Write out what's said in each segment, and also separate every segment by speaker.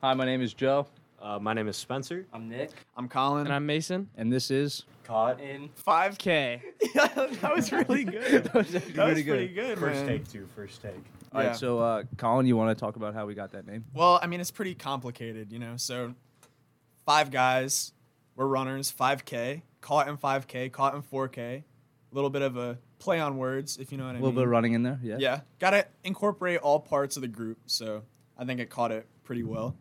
Speaker 1: Hi, my name is Joe.
Speaker 2: Uh, my name is Spencer.
Speaker 3: I'm Nick.
Speaker 4: I'm Colin.
Speaker 5: And I'm Mason.
Speaker 1: And this is
Speaker 2: Caught.
Speaker 3: In
Speaker 5: 5K.
Speaker 4: that was really good.
Speaker 1: that was
Speaker 4: That was pretty good,
Speaker 2: First
Speaker 4: man.
Speaker 2: take two. First take.
Speaker 1: All right,
Speaker 4: Yeah.
Speaker 1: so uh, Colin, you want to talk about how we got that name?
Speaker 4: Well, I mean, it's pretty complicated, you know. So, five guys, we're runners, 5K, caught in 5K, caught in 4K. A little bit of a play on words, if you know what I
Speaker 1: A little
Speaker 4: mean.
Speaker 1: bit of running in there, yeah.
Speaker 4: Mm-hmm. Yeah, got to incorporate all parts of the group. So, I think it caught it pretty well.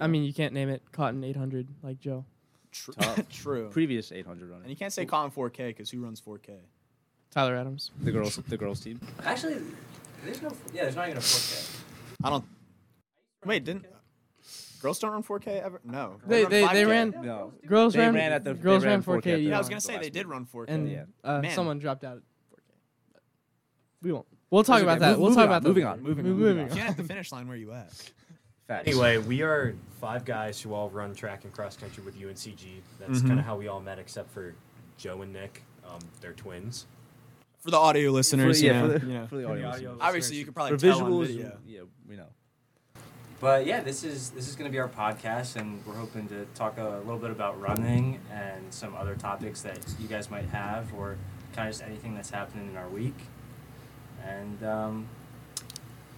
Speaker 5: I mean, you can't name it Cotton 800 like Joe.
Speaker 4: True.
Speaker 1: Tough.
Speaker 4: True.
Speaker 1: Previous 800
Speaker 4: and
Speaker 1: running.
Speaker 4: you can't say caught in 4K because who runs 4K?
Speaker 5: Tyler Adams.
Speaker 1: The girls, the girls team.
Speaker 3: actually, there's no. Yeah, there's not even a 4K.
Speaker 4: I don't. Wait, didn't. Girls don't run 4K ever? No.
Speaker 5: They-
Speaker 4: run
Speaker 5: they- they
Speaker 4: 5K.
Speaker 5: ran-
Speaker 1: No,
Speaker 5: Girls
Speaker 1: They
Speaker 5: ran,
Speaker 1: ran at the- they
Speaker 5: girls
Speaker 1: ran
Speaker 5: ran
Speaker 1: 4K
Speaker 5: 4K.
Speaker 1: at the
Speaker 4: Yeah, I
Speaker 5: yeah.
Speaker 4: was gonna
Speaker 1: the
Speaker 4: say
Speaker 1: last
Speaker 4: they
Speaker 1: one.
Speaker 4: did run 4K.
Speaker 5: and
Speaker 1: Yeah.
Speaker 5: uh,
Speaker 4: Man.
Speaker 5: someone dropped out. At 4K. We won't. We'll talk
Speaker 1: That's
Speaker 5: about
Speaker 1: okay.
Speaker 5: that.
Speaker 1: Mo-
Speaker 5: We'll
Speaker 1: moving
Speaker 5: talk
Speaker 1: on,
Speaker 5: about that.
Speaker 1: moving on,
Speaker 5: later.
Speaker 1: moving on,
Speaker 5: Moving,
Speaker 1: moving
Speaker 4: If
Speaker 5: on.
Speaker 4: you're not at the finish line, where you at?
Speaker 1: Facts.
Speaker 2: Anyway, we are five guys who all run track and cross country with UNCG. That's
Speaker 3: Mm-hmm.
Speaker 2: kind of how we all met, except for Joe and Nick. Um, they're twins.
Speaker 4: For the audio
Speaker 1: For-
Speaker 4: listeners,
Speaker 1: yeah,
Speaker 4: you know,
Speaker 1: for the,
Speaker 4: you know.
Speaker 1: for the
Speaker 2: For the
Speaker 1: audience.
Speaker 2: audio
Speaker 4: obviously you
Speaker 2: listeners.
Speaker 4: could probably
Speaker 1: For
Speaker 4: tell on
Speaker 1: visuals,
Speaker 4: video.
Speaker 1: yeah, we know.
Speaker 3: But yeah, this is this is going to be our podcast, and we're hoping to talk uh, a little bit about running and some other topics that you guys might have, or kind of just anything that's happening in our week. And um,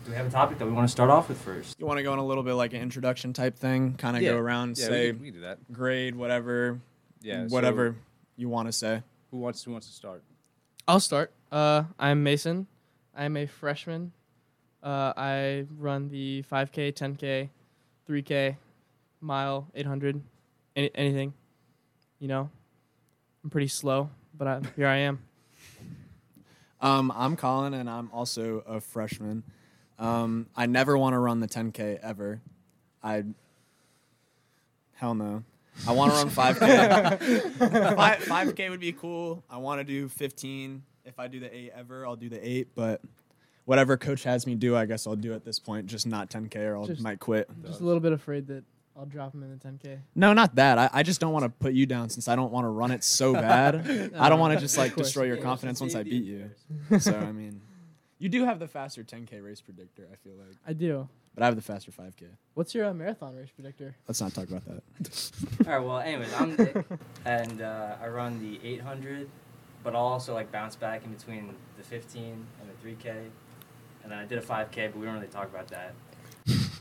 Speaker 3: do we have a topic that we want to start off with first?
Speaker 4: You want to go on a little bit like an introduction type thing, kind of
Speaker 1: yeah.
Speaker 4: go around,
Speaker 1: yeah,
Speaker 4: say
Speaker 1: we can, we can do that.
Speaker 4: grade, whatever,
Speaker 1: Yeah, so
Speaker 4: whatever you want to say.
Speaker 1: who wants who wants to start?
Speaker 5: I'll start. Uh, I'm Mason. I'm a freshman. Uh, I run the 5K, 10K, 3K, mile, 800, any, anything. You know, I'm pretty slow, but I, here I am.
Speaker 4: Um, I'm Colin, and I'm also a freshman. Um, I never want to run the 10K ever. I hell no. I want to run 5K. Five, 5K would be cool. I want to do 15. If I do the eight ever, I'll do the eight. But whatever coach has me do, I guess I'll do at this point. Just not 10K, or I
Speaker 5: Just-
Speaker 4: might quit.
Speaker 5: Just a little bit afraid that I'll drop him in the 10K.
Speaker 4: No, not that. I, I just don't want to put you down since I don't want to run it so bad. I don't want to just like destroy your confidence once I beat you. So I mean, you do have the faster 10k race predictor. I feel like,
Speaker 5: I do.
Speaker 4: but I have the faster 5k.
Speaker 5: What's your uh, marathon race predictor?
Speaker 4: Let's not talk about that.
Speaker 3: All right. Well, anyways, I'm Nick, and uh, I run the 800, but I'll also like bounce back in between the 15 and the 3K, and then I did a 5K, but we don't really talk about that.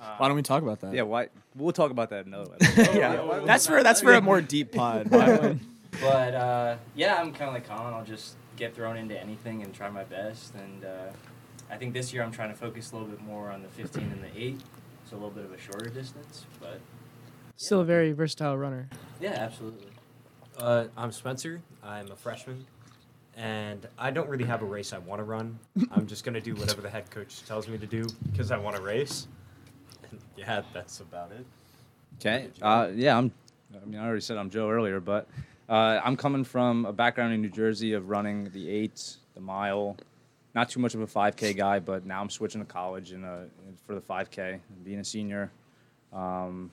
Speaker 3: Um,
Speaker 4: Why don't we talk about that?
Speaker 1: Yeah, why? We'll talk about that in another. episode.
Speaker 3: Oh, yeah, why
Speaker 4: yeah.
Speaker 3: would
Speaker 4: That's
Speaker 3: we
Speaker 4: for
Speaker 3: not?
Speaker 4: that's for a more deep pod. Why would-
Speaker 3: But uh, yeah, I'm kind of like Colin. I'll just get thrown into anything and try my best. And uh, I think this year I'm trying to focus a little bit more on the 15 and the 8, so a little bit of a shorter distance. But
Speaker 5: Still a very versatile runner.
Speaker 3: yeah, absolutely.
Speaker 2: Uh, I'm Spencer. I'm a freshman, and I don't really have a race I want to run. I'm just gonna do whatever the head coach tells me to do because I want to race. And yeah, that's about it.
Speaker 1: Okay. Uh, yeah, I'm. I mean, I already said I'm Joe earlier, but uh, I'm coming from a background in New Jersey of running the eight, the mile. Not too much of a 5K guy, but now I'm switching to college and uh, for the 5K, being a senior. Um,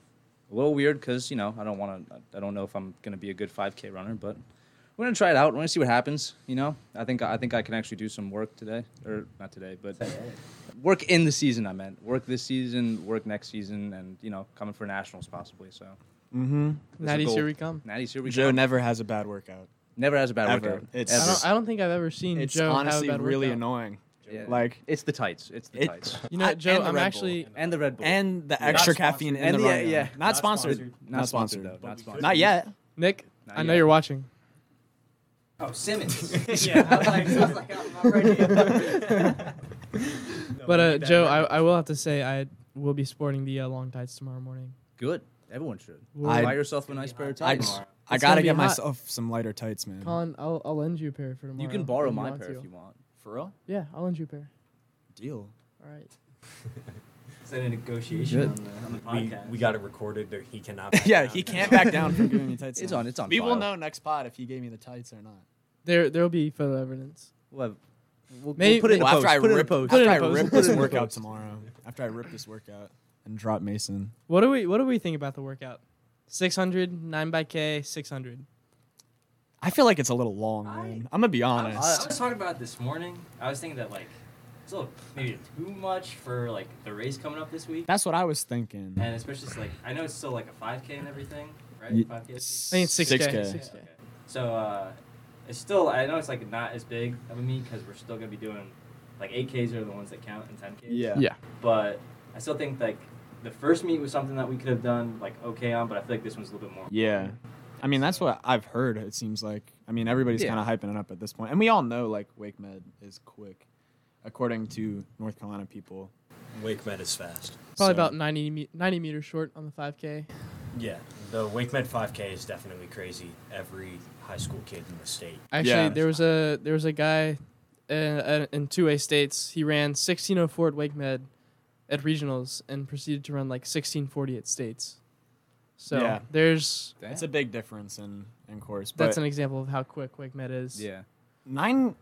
Speaker 1: a little weird because you know I don't want to. I don't know if I'm gonna be a good 5K runner, but we're gonna try it out. We're gonna see what happens. You know, I think I think I can actually do some work today, or not today, but work in the season. I meant work this season, work next season, and you know coming for nationals possibly. So That's a
Speaker 5: Natty's
Speaker 1: goal.
Speaker 5: here we come.
Speaker 1: Natty's here we
Speaker 4: Mm-hmm. Joe
Speaker 1: go.
Speaker 4: never has a bad workout.
Speaker 1: never has a bad
Speaker 4: Ever.
Speaker 1: workout.
Speaker 4: It's-
Speaker 5: I
Speaker 1: ever.
Speaker 5: don't, I don't think I've ever seen
Speaker 4: It's
Speaker 5: Joe
Speaker 4: honestly
Speaker 5: have a bad
Speaker 4: really
Speaker 5: workout.
Speaker 4: annoying.
Speaker 1: Yeah.
Speaker 4: Like
Speaker 1: it's the tights. It's the
Speaker 4: It-
Speaker 1: tights.
Speaker 5: You know,
Speaker 4: I-
Speaker 5: Joe,
Speaker 4: and the
Speaker 5: I'm
Speaker 4: Red Bull.
Speaker 5: actually
Speaker 1: And the Red Bull.
Speaker 4: and the
Speaker 2: Not
Speaker 4: extra
Speaker 2: sponsored.
Speaker 4: caffeine in
Speaker 1: And
Speaker 4: the,
Speaker 1: the-
Speaker 4: running.
Speaker 1: yeah.
Speaker 4: Not,
Speaker 2: Not
Speaker 4: sponsored.
Speaker 2: sponsored.
Speaker 4: Not, sponsored.
Speaker 1: though. Not
Speaker 2: we
Speaker 1: sponsored.
Speaker 4: Not yet.
Speaker 5: Nick.
Speaker 1: Not
Speaker 5: I know
Speaker 1: yet.
Speaker 5: you're watching.
Speaker 3: Oh, Simmons.
Speaker 2: Yeah.
Speaker 3: I was like, I was like, I'm not ready.
Speaker 5: But uh, Joe, I, I will have to say I will be sporting the uh, long tights tomorrow morning.
Speaker 1: Good. Everyone should.
Speaker 4: I-
Speaker 1: Buy yourself a nice pair of
Speaker 4: I,
Speaker 1: tights.
Speaker 4: I
Speaker 5: It's gonna
Speaker 4: gotta
Speaker 5: be
Speaker 4: get
Speaker 5: hot.
Speaker 4: myself some lighter tights, man.
Speaker 5: Colin, I'll, I'll lend you a pair for tomorrow.
Speaker 1: you can borrow
Speaker 5: if
Speaker 1: my
Speaker 5: want
Speaker 1: pair
Speaker 5: to.
Speaker 1: if you want.
Speaker 4: For real?
Speaker 5: Yeah, I'll lend you a pair.
Speaker 4: Deal.
Speaker 5: All right.
Speaker 3: It's in a negotiation on the, on the
Speaker 2: We,
Speaker 3: podcast.
Speaker 2: we got it recorded. There, he cannot. back
Speaker 4: yeah,
Speaker 2: down.
Speaker 4: he can't back down from giving me tights.
Speaker 1: It's
Speaker 4: now.
Speaker 1: on. It's on.
Speaker 4: We will
Speaker 1: file.
Speaker 4: know next pod if he gave me the tights or not.
Speaker 5: There there will be photo evidence.
Speaker 1: We'll, have, we'll,
Speaker 5: Maybe-
Speaker 1: we'll put it in
Speaker 4: Well,
Speaker 1: a
Speaker 4: after
Speaker 1: post.
Speaker 4: I
Speaker 1: put it in a
Speaker 4: rip,
Speaker 1: post.
Speaker 5: Put it
Speaker 4: after
Speaker 5: in
Speaker 4: I
Speaker 5: a post.
Speaker 4: rip
Speaker 5: Put it
Speaker 4: this
Speaker 5: in a
Speaker 4: workout
Speaker 5: post.
Speaker 4: tomorrow, after I rip this workout and drop Mason,
Speaker 5: What do we what do we think about the workout? 600, 9 by K, 600.
Speaker 4: I feel like it's a little long,
Speaker 3: I-
Speaker 4: man. I'm gonna be
Speaker 3: I was, I
Speaker 4: honest.
Speaker 3: was talking about it this morning. I was thinking that like It's a little maybe too much for like the race coming up this week,
Speaker 4: That's what I was thinking.
Speaker 3: and especially it's like I know it's still like a 5K and everything, right?
Speaker 4: Ye-
Speaker 3: 5K. this week?
Speaker 5: I think it's 6K.
Speaker 4: 6K.
Speaker 5: 6K.
Speaker 3: Okay. So uh, it's still I know it's like not as big of a meet because we're still gonna be doing like 8Ks are the ones that count and 10Ks.
Speaker 4: Yeah.
Speaker 5: Yeah.
Speaker 3: But I still think like the first meet was something that we could have done like okay on, but I feel like this one's a little bit more.
Speaker 4: Yeah. I mean, that's what I've heard. It seems like. I mean, everybody's
Speaker 1: Yeah.
Speaker 4: kind of hyping it up at this point, and we all know like Wake Med is quick, according to North Carolina people.
Speaker 2: Wake Med is fast.
Speaker 4: So-
Speaker 5: Probably about 90, me- 90 meters short on the 5K.
Speaker 2: Yeah, the Wake Med 5K is definitely crazy. Every high school kid in the state.
Speaker 5: Actually,
Speaker 4: Yeah.
Speaker 5: there was a there was a guy in, uh, in two A states. He ran 1604 at Wake Med at regionals and proceeded to run like 1640 at states. So
Speaker 4: Yeah.
Speaker 5: there's
Speaker 4: It's a big difference in in course. But
Speaker 5: that's an example of how quick Wake Med is.
Speaker 1: yeah.
Speaker 4: nine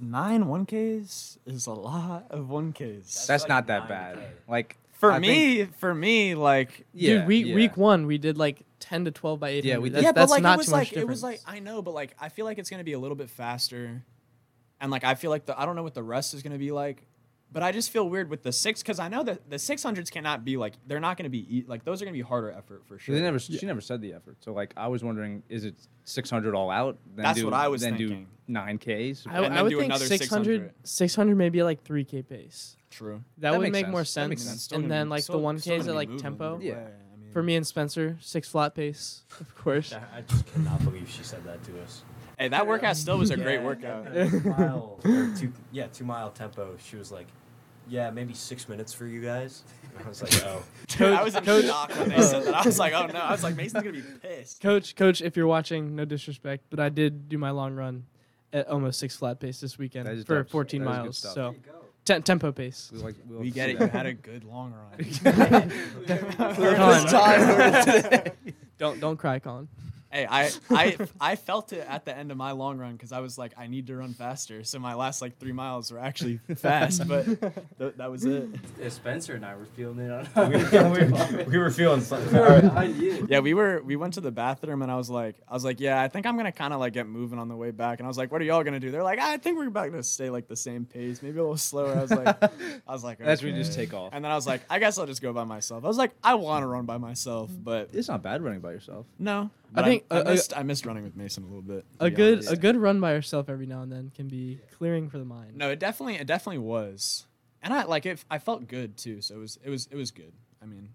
Speaker 4: nine one Ks is a lot of one Ks.
Speaker 1: That's
Speaker 2: like
Speaker 1: not that
Speaker 2: 9K.
Speaker 1: bad. Like
Speaker 4: For
Speaker 1: I
Speaker 4: me, for me, like
Speaker 1: yeah,
Speaker 5: Dude, week
Speaker 1: yeah.
Speaker 5: week one we did like 10 to 12 by 8.
Speaker 1: Yeah, we did.
Speaker 5: that's,
Speaker 4: yeah,
Speaker 5: that's
Speaker 4: but like
Speaker 5: not
Speaker 4: it was
Speaker 5: too
Speaker 4: like
Speaker 5: much difference.
Speaker 4: it was like I know, but like I feel like it's gonna be a little bit faster, and like I feel like the I don't know what the rest is gonna be like, but I just feel weird with the six because I know that the six hundreds cannot be like they're not gonna be e- like those are gonna be harder effort for sure.
Speaker 1: They never, She never said the effort. So like, I was wondering, is it 600 all out? Then
Speaker 4: That's
Speaker 1: do,
Speaker 4: what I was
Speaker 1: then
Speaker 4: thinking.
Speaker 1: do nine Ks.
Speaker 5: I, w-
Speaker 4: and
Speaker 5: I
Speaker 4: then
Speaker 5: would
Speaker 4: do
Speaker 5: think
Speaker 4: another
Speaker 5: 600
Speaker 4: 600.
Speaker 5: 600 maybe like 3K pace.
Speaker 4: true.
Speaker 5: That,
Speaker 1: That
Speaker 5: would
Speaker 1: makes
Speaker 5: make more
Speaker 1: sense. That
Speaker 5: sense.
Speaker 1: makes sense.
Speaker 5: And then like the 1Ks at like tempo.
Speaker 1: Yeah.
Speaker 5: For me and Spencer, six flat pace, of course.
Speaker 2: I I just cannot believe she said that to us.
Speaker 4: Hey, that workout still was a great
Speaker 2: Yeah,
Speaker 4: workout.
Speaker 2: and then mile, or two, yeah, two mile tempo. She was like, "Yeah, maybe six minutes for you guys." And I was like, "Oh,
Speaker 4: Dude, I was in shock when they said that. I was like, oh no. I was like, Mason's gonna be pissed.
Speaker 5: Coach, coach, if you're watching, no disrespect, but I did do my long run at almost six flat pace this
Speaker 1: That
Speaker 5: weekend
Speaker 1: is
Speaker 5: for
Speaker 1: dope.
Speaker 5: 14
Speaker 1: That is good
Speaker 5: miles.
Speaker 1: stuff.
Speaker 3: There
Speaker 5: So
Speaker 3: you go.
Speaker 5: Tem- tempo pace.
Speaker 1: We, like, we'll
Speaker 4: We
Speaker 1: see
Speaker 4: get it. You
Speaker 1: that.
Speaker 4: had a good long run.
Speaker 5: Colin,
Speaker 4: time.
Speaker 5: don't don't cry, Colin.
Speaker 4: Hey, I, I I felt it at the end of my long run because I was like, I need to run faster. So my last like three miles were actually fast, but th- that was it.
Speaker 3: Yeah, Spencer and I were feeling it on.
Speaker 2: we, we- we were feeling
Speaker 3: We
Speaker 2: something."
Speaker 3: were on you.
Speaker 4: Yeah, we were we went to the bathroom and I was like, I was like, yeah, I think I'm gonna kind of like get moving on the way back. And I was like, what are y'all gonna do? They're like, I think we're about to stay like the same pace, maybe a little slower. I was like, I was like,
Speaker 1: That's where you just
Speaker 4: "Okay."
Speaker 1: take off.
Speaker 4: And then I was like, I guess I'll just go by myself. I was like, I want to run by myself, but
Speaker 1: It's not bad running by yourself.
Speaker 4: no.
Speaker 5: I
Speaker 4: But
Speaker 5: think
Speaker 4: I,
Speaker 5: a- a-
Speaker 4: missed Oh, I missed running with Mason a little bit. to
Speaker 5: A
Speaker 4: be
Speaker 5: good
Speaker 4: honest.
Speaker 5: a good run by yourself every now and then can be clearing for the mind.
Speaker 4: No, it definitely it definitely was, and I like it. I felt good too, so it was it was it was good. I mean,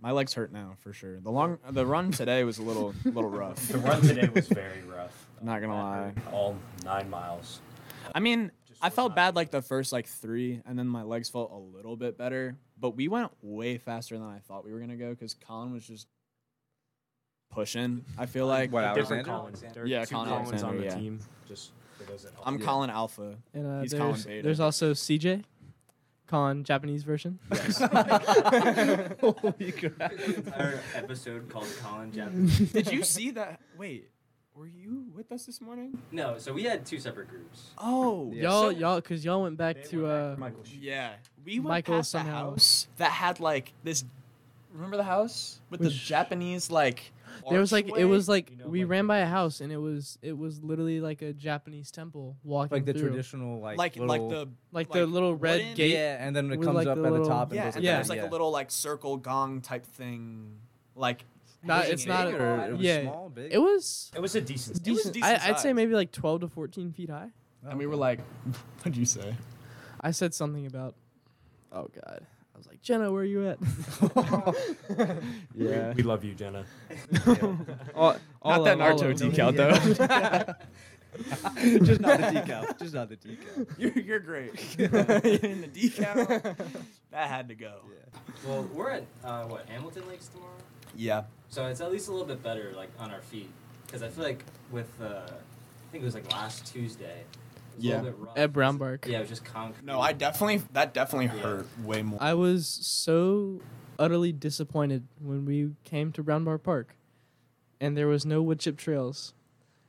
Speaker 4: my legs hurt now for sure. The long the run today was a little little rough.
Speaker 2: The run today was very rough.
Speaker 4: Not gonna lie.
Speaker 2: All nine miles.
Speaker 4: I mean,
Speaker 2: Just
Speaker 4: I
Speaker 2: was
Speaker 4: felt
Speaker 2: not-
Speaker 4: bad like the first like three, and then my legs felt a little bit better. But we went way faster than I thought we were gonna go because Colin was just pushing. I feel like
Speaker 1: What,
Speaker 2: A
Speaker 1: Alexander?
Speaker 2: different Colin. There are
Speaker 4: Yeah,
Speaker 2: two
Speaker 4: Colin
Speaker 2: Colins on
Speaker 4: Alexander,
Speaker 2: the
Speaker 4: yeah.
Speaker 2: team. Just for those that don't
Speaker 4: I'm
Speaker 2: know.
Speaker 4: Colin Alpha.
Speaker 5: And uh,
Speaker 4: He's Colin
Speaker 5: there's,
Speaker 4: Bader.
Speaker 5: there's also CJ, Colin Japanese version.
Speaker 1: Holy crap!
Speaker 3: Our episode called Colin Japanese.
Speaker 4: Did you see that? Wait, were you with us this morning?
Speaker 3: No, so we had two separate groups.
Speaker 4: Oh,
Speaker 1: Yeah.
Speaker 5: Y'all
Speaker 4: so-
Speaker 5: y'all cuz y'all went back to uh
Speaker 2: Michael. Sh-
Speaker 4: Yeah, we went
Speaker 5: Michael
Speaker 4: past the
Speaker 5: somehow-
Speaker 4: house that had like this. Remember the house with the
Speaker 5: Which-
Speaker 4: Japanese like.
Speaker 5: there was like it
Speaker 4: archway?
Speaker 5: was like
Speaker 2: You know,
Speaker 5: we
Speaker 2: like
Speaker 5: ran
Speaker 2: the-
Speaker 5: by a house and it was it was literally like a Japanese temple walking
Speaker 1: Like the
Speaker 5: through.
Speaker 1: traditional, like
Speaker 4: like
Speaker 1: little,
Speaker 4: like the
Speaker 5: like, the little red
Speaker 4: wooden-
Speaker 5: gate
Speaker 1: yeah, and then it
Speaker 5: with,
Speaker 1: comes
Speaker 5: like,
Speaker 1: up
Speaker 5: the
Speaker 1: at the
Speaker 5: little-
Speaker 1: top.
Speaker 4: Yeah,
Speaker 1: and, goes
Speaker 4: and
Speaker 1: down,
Speaker 4: then there's like
Speaker 1: yeah.
Speaker 4: a little like circle gong type thing, like.
Speaker 5: Not-
Speaker 4: hanging
Speaker 5: it's
Speaker 4: in
Speaker 5: not
Speaker 4: the
Speaker 5: a-
Speaker 4: air.
Speaker 1: Or it was
Speaker 5: yeah.
Speaker 1: small, big.
Speaker 5: It was
Speaker 2: It was a decent.
Speaker 4: It was
Speaker 5: decent.
Speaker 4: decent
Speaker 5: I, I'd say
Speaker 4: size.
Speaker 5: maybe like 12 to 14 feet high.
Speaker 4: And we were like, "What'd you say?"
Speaker 5: I said something about, oh God. I was like, Jenna, where are you at?
Speaker 2: We- We, love you, Jenna.
Speaker 5: all, all
Speaker 4: that
Speaker 5: of- all
Speaker 4: Naruto
Speaker 5: of them.
Speaker 4: decal,
Speaker 1: just not the decal. Just not the decal.
Speaker 4: You're, you're great. in the decal, that had to go.
Speaker 3: Well, we're at uh, what Hamilton Lakes tomorrow,
Speaker 4: Yeah.
Speaker 3: so it's at least a little bit better, like on our feet, because I feel like with uh, I think it was like last Tuesday. It was A
Speaker 4: Yeah.
Speaker 3: little bit rough.
Speaker 5: At Brown Bark.
Speaker 3: Yeah, it was just concrete.
Speaker 4: No, I definitely that definitely hurt way more.
Speaker 5: I was so utterly disappointed when we came to Brown Bar Park and there was no wood chip trails.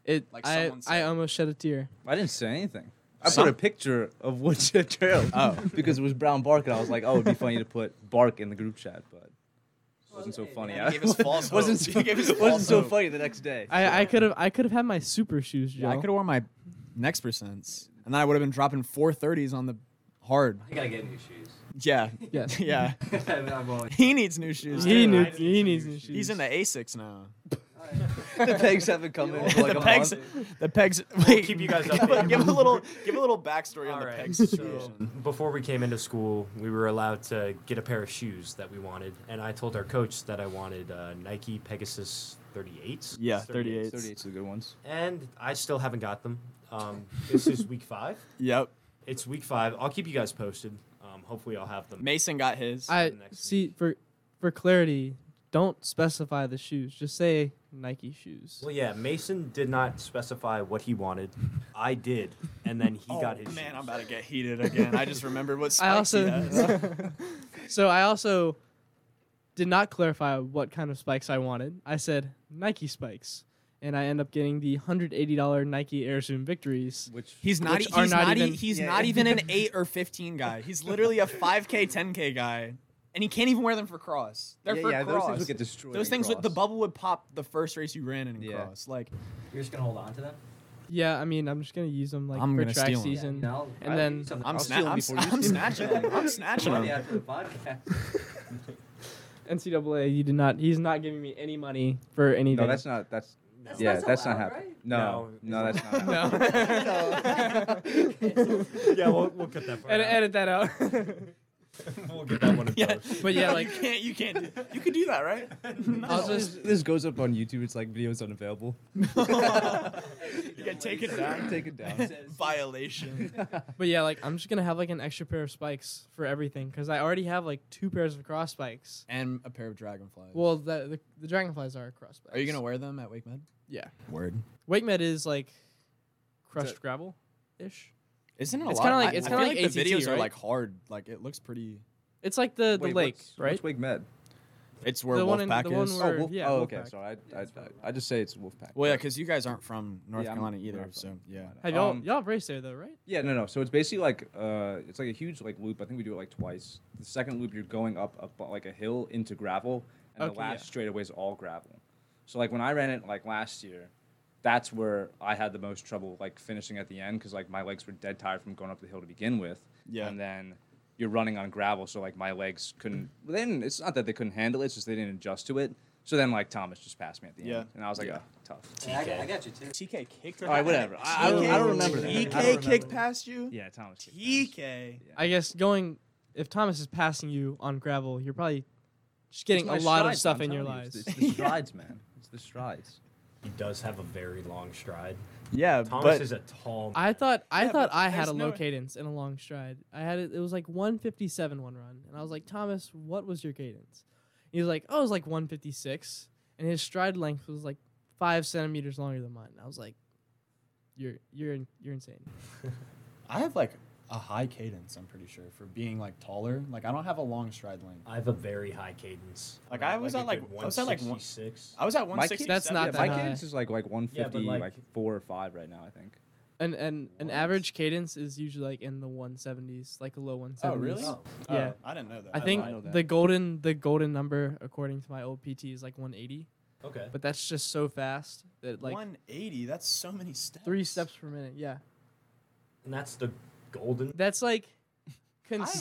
Speaker 5: It,
Speaker 4: Like
Speaker 5: I,
Speaker 4: someone
Speaker 5: I
Speaker 4: said.
Speaker 5: almost shed a tear.
Speaker 1: I didn't say anything. I
Speaker 4: Some-
Speaker 1: put a picture of Woodchip Trail.
Speaker 4: Oh.
Speaker 1: because it was brown bark, and I was like, oh, it'd be funny to put bark in the group chat, but it wasn't so
Speaker 3: Well,
Speaker 1: funny.
Speaker 4: yeah, he gave us false hope.
Speaker 1: wasn't
Speaker 4: He
Speaker 1: so,
Speaker 4: Oh. gave us
Speaker 1: wasn't
Speaker 4: false
Speaker 1: so
Speaker 4: hope.
Speaker 1: funny the next day.
Speaker 5: I, I could have I could have had my super shoes, Joe.
Speaker 4: Yeah, I could have worn my next percents, and then I would have been dropping four thirties on the hard.
Speaker 3: I gotta get new shoes.
Speaker 4: Yeah.
Speaker 5: Yes.
Speaker 4: yeah.
Speaker 3: I'm only-
Speaker 4: He needs new shoes.
Speaker 5: He
Speaker 4: too.
Speaker 2: new-
Speaker 5: needs. He needs new shoes.
Speaker 4: He's in the Asics now.
Speaker 1: the pegs haven't come in. For like
Speaker 4: the
Speaker 1: a
Speaker 4: pegs.
Speaker 1: month.
Speaker 4: The pegs. Wait.
Speaker 2: keep you guys
Speaker 4: give,
Speaker 2: updated.
Speaker 4: give a little. Give a little backstory on
Speaker 2: All
Speaker 4: the
Speaker 2: right,
Speaker 4: pegs
Speaker 2: so-
Speaker 4: situation.
Speaker 2: Before we came into school, we were allowed to get a pair of shoes that we wanted, and I told our coach that I wanted uh, Nike Pegasus 38s.
Speaker 4: Yeah,
Speaker 2: 38s.
Speaker 4: 38.
Speaker 1: 38's the good ones.
Speaker 2: And I still haven't got them. Um, this is week five.
Speaker 4: Yep.
Speaker 2: It's week five. I'll keep you guys posted. Um, hopefully, I'll have them.
Speaker 4: Mason got his.
Speaker 5: I
Speaker 2: next
Speaker 5: see. For for clarity, don't specify the shoes. Just say Nike shoes.
Speaker 2: Well, yeah, Mason did not specify what he wanted. I did, and then he
Speaker 4: oh,
Speaker 2: got his.
Speaker 4: man,
Speaker 2: shoes.
Speaker 4: I'm about to get heated again. I just remembered what
Speaker 5: I
Speaker 4: spikes
Speaker 5: also-
Speaker 4: he has.
Speaker 5: So I also did not clarify what kind of spikes I wanted. I said Nike spikes, and I end up getting the hundred eighty dollar Nike Air Zoom victories.
Speaker 1: Which
Speaker 4: He's not.
Speaker 5: Which
Speaker 4: He's
Speaker 5: are
Speaker 4: not,
Speaker 5: not
Speaker 4: e-
Speaker 5: even-
Speaker 4: He's
Speaker 1: yeah.
Speaker 4: not even an eight or fifteen guy. He's literally a five k, ten k guy, and he can't even wear them for cross. They're
Speaker 1: yeah,
Speaker 4: for
Speaker 1: yeah,
Speaker 4: cross.
Speaker 1: those things would get destroyed.
Speaker 4: Those
Speaker 1: in
Speaker 4: things would- the
Speaker 1: cross.
Speaker 4: bubble would pop the first race you ran in in
Speaker 1: Yeah.
Speaker 4: cross. Like
Speaker 3: You're just gonna hold on to them.
Speaker 5: Yeah, I mean, I'm just gonna use them like
Speaker 4: I'm
Speaker 5: for
Speaker 4: gonna
Speaker 5: track
Speaker 4: steal 'em.
Speaker 5: season.
Speaker 3: Yeah, I'll-
Speaker 5: and
Speaker 3: I'll
Speaker 5: then-
Speaker 3: do something.
Speaker 4: I'm,
Speaker 1: I'm
Speaker 4: sna-
Speaker 1: stealing
Speaker 4: I'm,
Speaker 1: before
Speaker 4: s-
Speaker 1: you
Speaker 4: I'm
Speaker 1: steal.
Speaker 4: snatching them. I'm snatching
Speaker 3: Money
Speaker 4: them.
Speaker 3: after the podcast.
Speaker 5: NCAA, you did not. He's not giving me any money for anything.
Speaker 1: No, that's not. That's
Speaker 2: That's
Speaker 1: yeah,
Speaker 3: not
Speaker 1: that's not
Speaker 3: allowed,
Speaker 1: happening.
Speaker 3: right?
Speaker 1: No, no,
Speaker 2: No.
Speaker 1: that's not. happening.
Speaker 2: Yeah, we'll, we'll cut that part.
Speaker 5: Edit,
Speaker 2: out.
Speaker 5: edit that out.
Speaker 2: We'll get that one. In
Speaker 4: Yeah.
Speaker 2: post.
Speaker 5: but yeah, like
Speaker 4: you can't. You can't. Do, you could do that, right?
Speaker 5: I'll just
Speaker 1: this goes up on YouTube. It's like videos unavailable.
Speaker 4: You can take it down.
Speaker 1: Take it down.
Speaker 4: Violation.
Speaker 5: But yeah, like I'm just gonna have like an extra pair of spikes for everything because I already have like two pairs of cross spikes.
Speaker 4: And a pair of dragonflies.
Speaker 5: Well, the the, the dragonflies are cross spikes.
Speaker 4: are you gonna wear them at Wake Med?
Speaker 5: Yeah,
Speaker 4: Word.
Speaker 5: wake med is like crushed gravel, ish.
Speaker 4: Isn't it a
Speaker 5: It's
Speaker 4: lot?
Speaker 5: kinda like-
Speaker 4: I-
Speaker 5: it's
Speaker 4: I
Speaker 5: kinda
Speaker 4: feel
Speaker 5: like
Speaker 4: the
Speaker 5: ACT,
Speaker 4: videos are
Speaker 5: right?
Speaker 4: like hard. Like it looks pretty.
Speaker 5: It's like the the lake, right?
Speaker 1: What's Wig Med?
Speaker 4: It's where
Speaker 5: The one in-
Speaker 4: Wolfpack
Speaker 5: the one
Speaker 4: is.
Speaker 5: where- Or-
Speaker 1: oh, Wolf,
Speaker 5: yeah,
Speaker 1: oh, okay.
Speaker 5: Wolfpack.
Speaker 1: Sorry, I, I, I, I just say it's Wolfpack.
Speaker 4: Well, yeah, because you guys aren't from North
Speaker 1: Yeah, I'm
Speaker 4: Carolina either,
Speaker 1: not
Speaker 4: so
Speaker 1: from
Speaker 4: yeah.
Speaker 1: Carolina.
Speaker 5: Have y'all
Speaker 1: Um,
Speaker 5: y'all raced there though, right?
Speaker 1: Yeah, no, no. So it's basically like uh, it's like a huge like loop. I think we do it like twice. The second loop, you're going up up like a hill into gravel, and
Speaker 5: Okay,
Speaker 1: the last
Speaker 5: yeah.
Speaker 1: straightaway is all gravel. So like when I ran it like last year, that's where I had the most trouble like finishing at the end because like my legs were dead tired from going up the hill to begin with.
Speaker 4: Yeah.
Speaker 1: And then you're running on gravel, so like my legs couldn't. They didn't. It's not that they couldn't handle it. It's just they didn't adjust to it. So then like Thomas just passed me at the
Speaker 4: Yeah.
Speaker 1: end, and I was like,
Speaker 4: Yeah.
Speaker 1: oh, tough.
Speaker 3: Yeah, I, got- I got you too.
Speaker 4: TK kicked.
Speaker 1: All right, whatever. I, I, don't, I don't remember that. I don't
Speaker 4: TK
Speaker 1: remember
Speaker 4: kicked
Speaker 1: that.
Speaker 4: past you.
Speaker 1: Yeah, Thomas. kicked ass.
Speaker 4: E TK.
Speaker 5: I guess going if Thomas is passing you on gravel, you're probably just getting a
Speaker 1: It's my
Speaker 5: lot of
Speaker 1: strides,
Speaker 5: stuff
Speaker 1: I'm
Speaker 5: in your
Speaker 1: telling you,
Speaker 5: lives.
Speaker 1: It's, it's the strides, man. It's the strides.
Speaker 2: He does have a very long stride.
Speaker 4: Yeah,
Speaker 2: Thomas
Speaker 4: but
Speaker 2: is a tall.
Speaker 5: I thought I
Speaker 4: Yeah,
Speaker 5: thought
Speaker 4: but
Speaker 5: I had
Speaker 4: there's
Speaker 5: a
Speaker 4: no-
Speaker 5: low cadence and a long stride. I had it. It was like 157 one run, and I was like, Thomas, what was your cadence? And he was like, Oh, it was like 156, and his stride length was like five centimeters longer than mine. I was like, You're you're in, you're insane.
Speaker 4: I have like a high cadence. I'm pretty sure for being like taller. Like I don't have a long stride length.
Speaker 2: I have a very high cadence.
Speaker 4: Like, I was at,
Speaker 2: a
Speaker 4: like-
Speaker 2: good
Speaker 4: I was at, like, one-
Speaker 2: 166.
Speaker 4: I was at
Speaker 1: My kid-
Speaker 4: 160.
Speaker 5: That's not
Speaker 1: yeah,
Speaker 5: that
Speaker 1: my
Speaker 5: high.
Speaker 1: cadence is like like 150,
Speaker 2: like-
Speaker 1: like, four or five right now. I think.
Speaker 5: And and an
Speaker 4: What?
Speaker 5: average cadence is usually like in the 170s, like a low 170s.
Speaker 4: Oh really?
Speaker 2: Oh.
Speaker 5: Yeah.
Speaker 4: I didn't know that.
Speaker 5: I think
Speaker 1: I know that.
Speaker 5: the golden the golden number according to my old PT is like 180,
Speaker 2: Okay.
Speaker 5: but that's just so fast that like
Speaker 4: 180. That's so many steps.
Speaker 5: three steps per minute. Yeah.
Speaker 2: And that's the golden.
Speaker 5: That's like
Speaker 4: haven't heard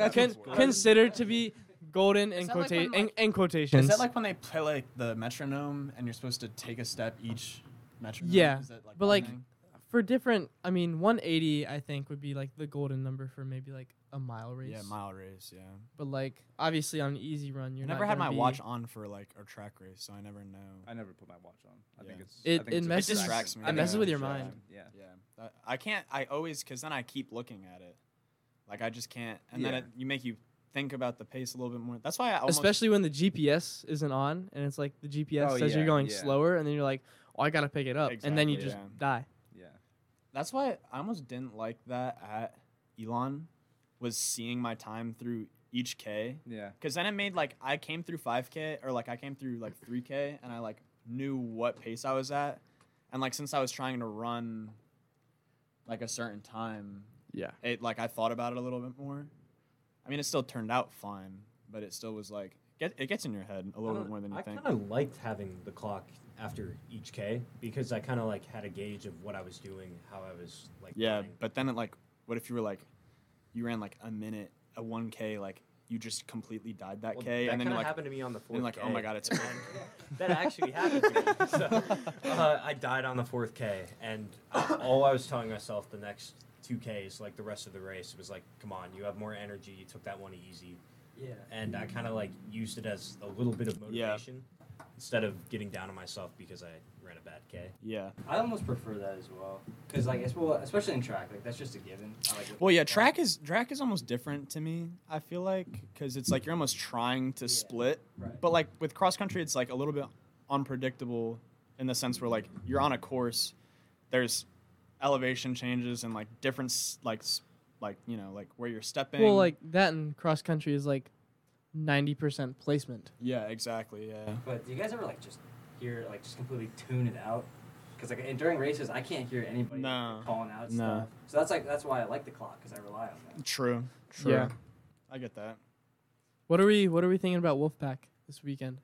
Speaker 4: that
Speaker 5: considered con-
Speaker 4: before. I was-
Speaker 5: considered to be golden in
Speaker 4: that like
Speaker 5: quota-
Speaker 4: when,
Speaker 5: in,
Speaker 4: like-
Speaker 5: in quotations.
Speaker 4: Is that like when they play like the metronome and you're supposed to take a step each metronome?
Speaker 5: Yeah,
Speaker 4: Is that,
Speaker 5: but,
Speaker 4: one
Speaker 5: like,
Speaker 4: thing?
Speaker 5: for different? I mean, 180 I think would be like the golden number for maybe like a mile race.
Speaker 4: yeah, mile race. Yeah.
Speaker 5: But like obviously on an easy run,
Speaker 4: I
Speaker 5: you're
Speaker 4: never
Speaker 5: not
Speaker 4: had my
Speaker 5: gonna be-
Speaker 4: watch on for like a track race, so I never know.
Speaker 1: I never put my watch on. I think
Speaker 4: Yeah.
Speaker 1: it's.
Speaker 5: It-
Speaker 1: I think
Speaker 5: it
Speaker 1: it's a
Speaker 5: messes-
Speaker 1: distraction.
Speaker 4: distracts me.
Speaker 1: I think it's
Speaker 4: It
Speaker 1: a
Speaker 4: messes with your
Speaker 1: distraction.
Speaker 5: mind.
Speaker 1: Yeah.
Speaker 4: Yeah, that- I can't. I always because then I keep looking at it, like I just can't. And
Speaker 1: Yeah.
Speaker 4: then it, you make you think about the pace a little bit more. That's why I almost
Speaker 5: especially when the GPS isn't on and it's like the GPS
Speaker 1: Oh,
Speaker 5: says you're
Speaker 1: yeah,
Speaker 5: going
Speaker 1: yeah.
Speaker 5: slower and then you're like, oh, I gotta pick it up, and then you
Speaker 4: Exactly,
Speaker 5: just
Speaker 4: yeah.
Speaker 1: Yeah.
Speaker 5: die.
Speaker 4: That's why I almost didn't like that at Elon, was seeing my time through each K.
Speaker 1: Yeah.
Speaker 4: Because then it made like I came through 5K or like I came through like 3K and I like knew what pace I was at. And like since I was trying to run like a certain time,
Speaker 5: Yeah.
Speaker 4: it like I thought about it a little bit more. I mean, it still turned out fine, but it still was like, get, it gets in your head a little bit more than you
Speaker 2: I
Speaker 4: think.
Speaker 2: kind of liked having the clock after each K because I kind of like had a gauge of what I was doing, how I was like.
Speaker 4: Yeah,
Speaker 2: running.
Speaker 4: but then it like, what if you were like, you ran like a minute, a 1K, like you just completely died that
Speaker 2: Well,
Speaker 4: K,
Speaker 2: that
Speaker 4: and then
Speaker 2: kinda
Speaker 4: you're like,
Speaker 2: happened to me on the
Speaker 4: and
Speaker 2: fourth.
Speaker 4: you're like, oh my god, it's over.
Speaker 2: that actually happened to me. So, uh, I died on the fourth K, and I- all I was telling myself the next two Ks, like the rest of the race, was like, "Come on, you have more energy. You took that one easy."
Speaker 3: Yeah.
Speaker 2: And I kind of like used it as a little bit of
Speaker 4: Yeah.
Speaker 2: motivation instead of getting down on myself because I ran a bad K.
Speaker 4: yeah.
Speaker 3: I almost prefer that as well, because like it's well, especially in track, like that's just a given. I like looking
Speaker 4: Well, yeah,
Speaker 3: at
Speaker 4: track is track is almost different to me. I feel like because it's like you're almost trying to
Speaker 3: Yeah.
Speaker 4: split,
Speaker 3: Right.
Speaker 4: but like with cross country, it's like a little bit unpredictable in the sense where like you're on a course, there's elevation changes and like different s- like s- like you know like where you're stepping.
Speaker 5: Well, like that in cross country is like ninety percent placement.
Speaker 4: yeah, exactly, yeah.
Speaker 3: But do you guys ever like just hear like just completely tune it out? Because like during races, I can't hear anybody
Speaker 4: No.
Speaker 3: calling out
Speaker 4: No.
Speaker 3: stuff. So that's like that's why I like the clock because I rely on that.
Speaker 4: True, true.
Speaker 5: Yeah.
Speaker 4: I get that.
Speaker 5: What are we What are we thinking about Wolfpack this weekend?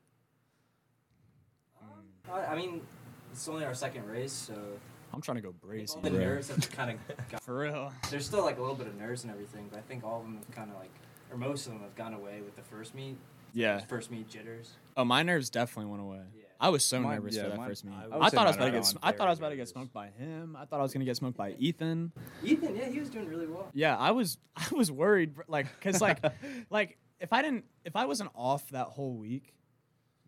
Speaker 3: I, I mean, it's only our second race, so
Speaker 4: I'm trying to go
Speaker 3: I think
Speaker 4: brazy.
Speaker 3: all the nerves have kind of got.
Speaker 4: For real.
Speaker 3: There's still like a little bit of nerves and everything, but I think all of them have kind of like, or most of them have gone away with the first meet.
Speaker 4: Yeah.
Speaker 3: First meet jitters.
Speaker 4: Oh, my nerves definitely went away.
Speaker 3: Yeah.
Speaker 4: I was so
Speaker 1: Mine-
Speaker 4: nervous
Speaker 1: yeah,
Speaker 4: for that
Speaker 1: mine-
Speaker 4: first meet.
Speaker 2: I
Speaker 4: I,
Speaker 2: would
Speaker 1: say
Speaker 4: thought I
Speaker 1: mine
Speaker 4: was about to
Speaker 1: are
Speaker 4: get.
Speaker 1: on
Speaker 4: Sm- I thought I was
Speaker 2: very
Speaker 4: about to get
Speaker 2: nervous.
Speaker 4: smoked by him. I thought I was gonna get smoked by Ethan.
Speaker 3: Ethan, yeah, he was doing really well.
Speaker 4: Yeah, I was. I was worried, br- like, cause like, like if I didn't, if I wasn't off that whole week,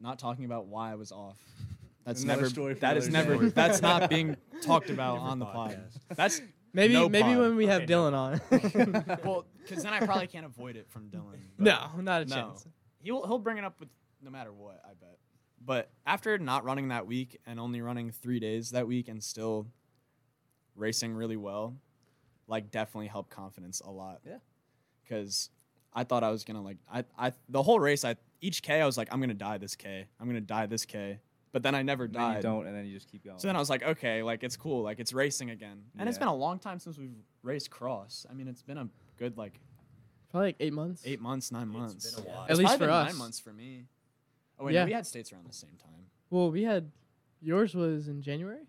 Speaker 4: not talking about why I was off. That's
Speaker 1: Another
Speaker 4: never.
Speaker 1: story for
Speaker 4: that is
Speaker 1: another
Speaker 4: never.
Speaker 1: story.
Speaker 4: That's not being talked about on the pod.
Speaker 2: podcast.
Speaker 4: That's
Speaker 5: Maybe
Speaker 4: No
Speaker 5: Maybe
Speaker 4: pod.
Speaker 5: when we have
Speaker 2: Okay,
Speaker 5: Dylan on.
Speaker 4: well, cause then I probably can't avoid it from Dylan. but-
Speaker 5: no, not a
Speaker 4: No.
Speaker 5: chance.
Speaker 4: He'll he'll bring it up with no matter what, I bet. But after not running that week and only running three days that week and still racing really well, like definitely helped confidence a lot.
Speaker 1: Yeah.
Speaker 4: Cause I thought I was gonna like I, I the whole race I each K I was like, I'm gonna die this K. I'm gonna die this K. But then I never
Speaker 1: And then you
Speaker 4: died.
Speaker 1: don't, and then you just keep going.
Speaker 4: So then I was like, okay, like it's cool, like it's racing again. And it's
Speaker 1: Yeah.
Speaker 4: been a long time since we've raced cross. I mean, it's been a good like
Speaker 5: Probably like eight months.
Speaker 4: eight months, nine months.
Speaker 2: It's been a while.
Speaker 5: At
Speaker 4: It's
Speaker 5: least
Speaker 4: probably
Speaker 5: for
Speaker 4: been
Speaker 5: us.
Speaker 4: Nine months for me. Oh wait,
Speaker 5: Yeah.
Speaker 4: no, we had states around the same time.
Speaker 5: Well, we had yours was in January.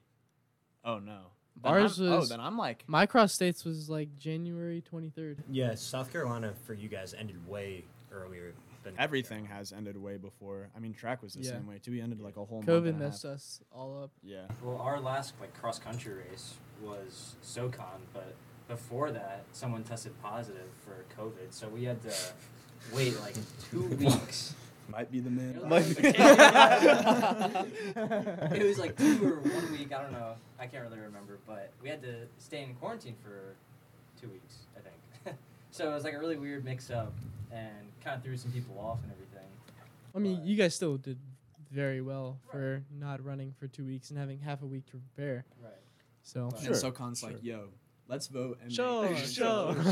Speaker 4: Oh no,
Speaker 5: Ours
Speaker 4: I'm-
Speaker 5: was-
Speaker 4: Oh, then I'm like,
Speaker 5: My cross states was like January twenty third.
Speaker 2: Yeah, South Carolina for you guys ended way earlier than
Speaker 4: everything has ended way before. I mean, track was the
Speaker 5: Yeah.
Speaker 4: same way too. We ended like a whole. month
Speaker 5: COVID
Speaker 4: and a half.
Speaker 5: messed us all up.
Speaker 4: Yeah.
Speaker 3: Well, our last like cross country race was SoCon, but before that, someone tested positive for COVID, so we had to wait like two weeks.
Speaker 4: Might be the man.
Speaker 3: it was like two or one week. I don't know. I can't really remember, but we had to stay in quarantine for two weeks, I think. so it was like a really weird mix up, and kind of threw some people off and everything.
Speaker 5: I mean,
Speaker 3: But-
Speaker 5: you guys still did very well for not running for two weeks and having half a week to prepare.
Speaker 3: Right.
Speaker 5: So
Speaker 4: And
Speaker 1: Sure,
Speaker 4: SoCon's like,
Speaker 1: sure.
Speaker 4: yo, let's vote. And
Speaker 5: Sure,
Speaker 4: make-
Speaker 5: sure,
Speaker 1: Oh,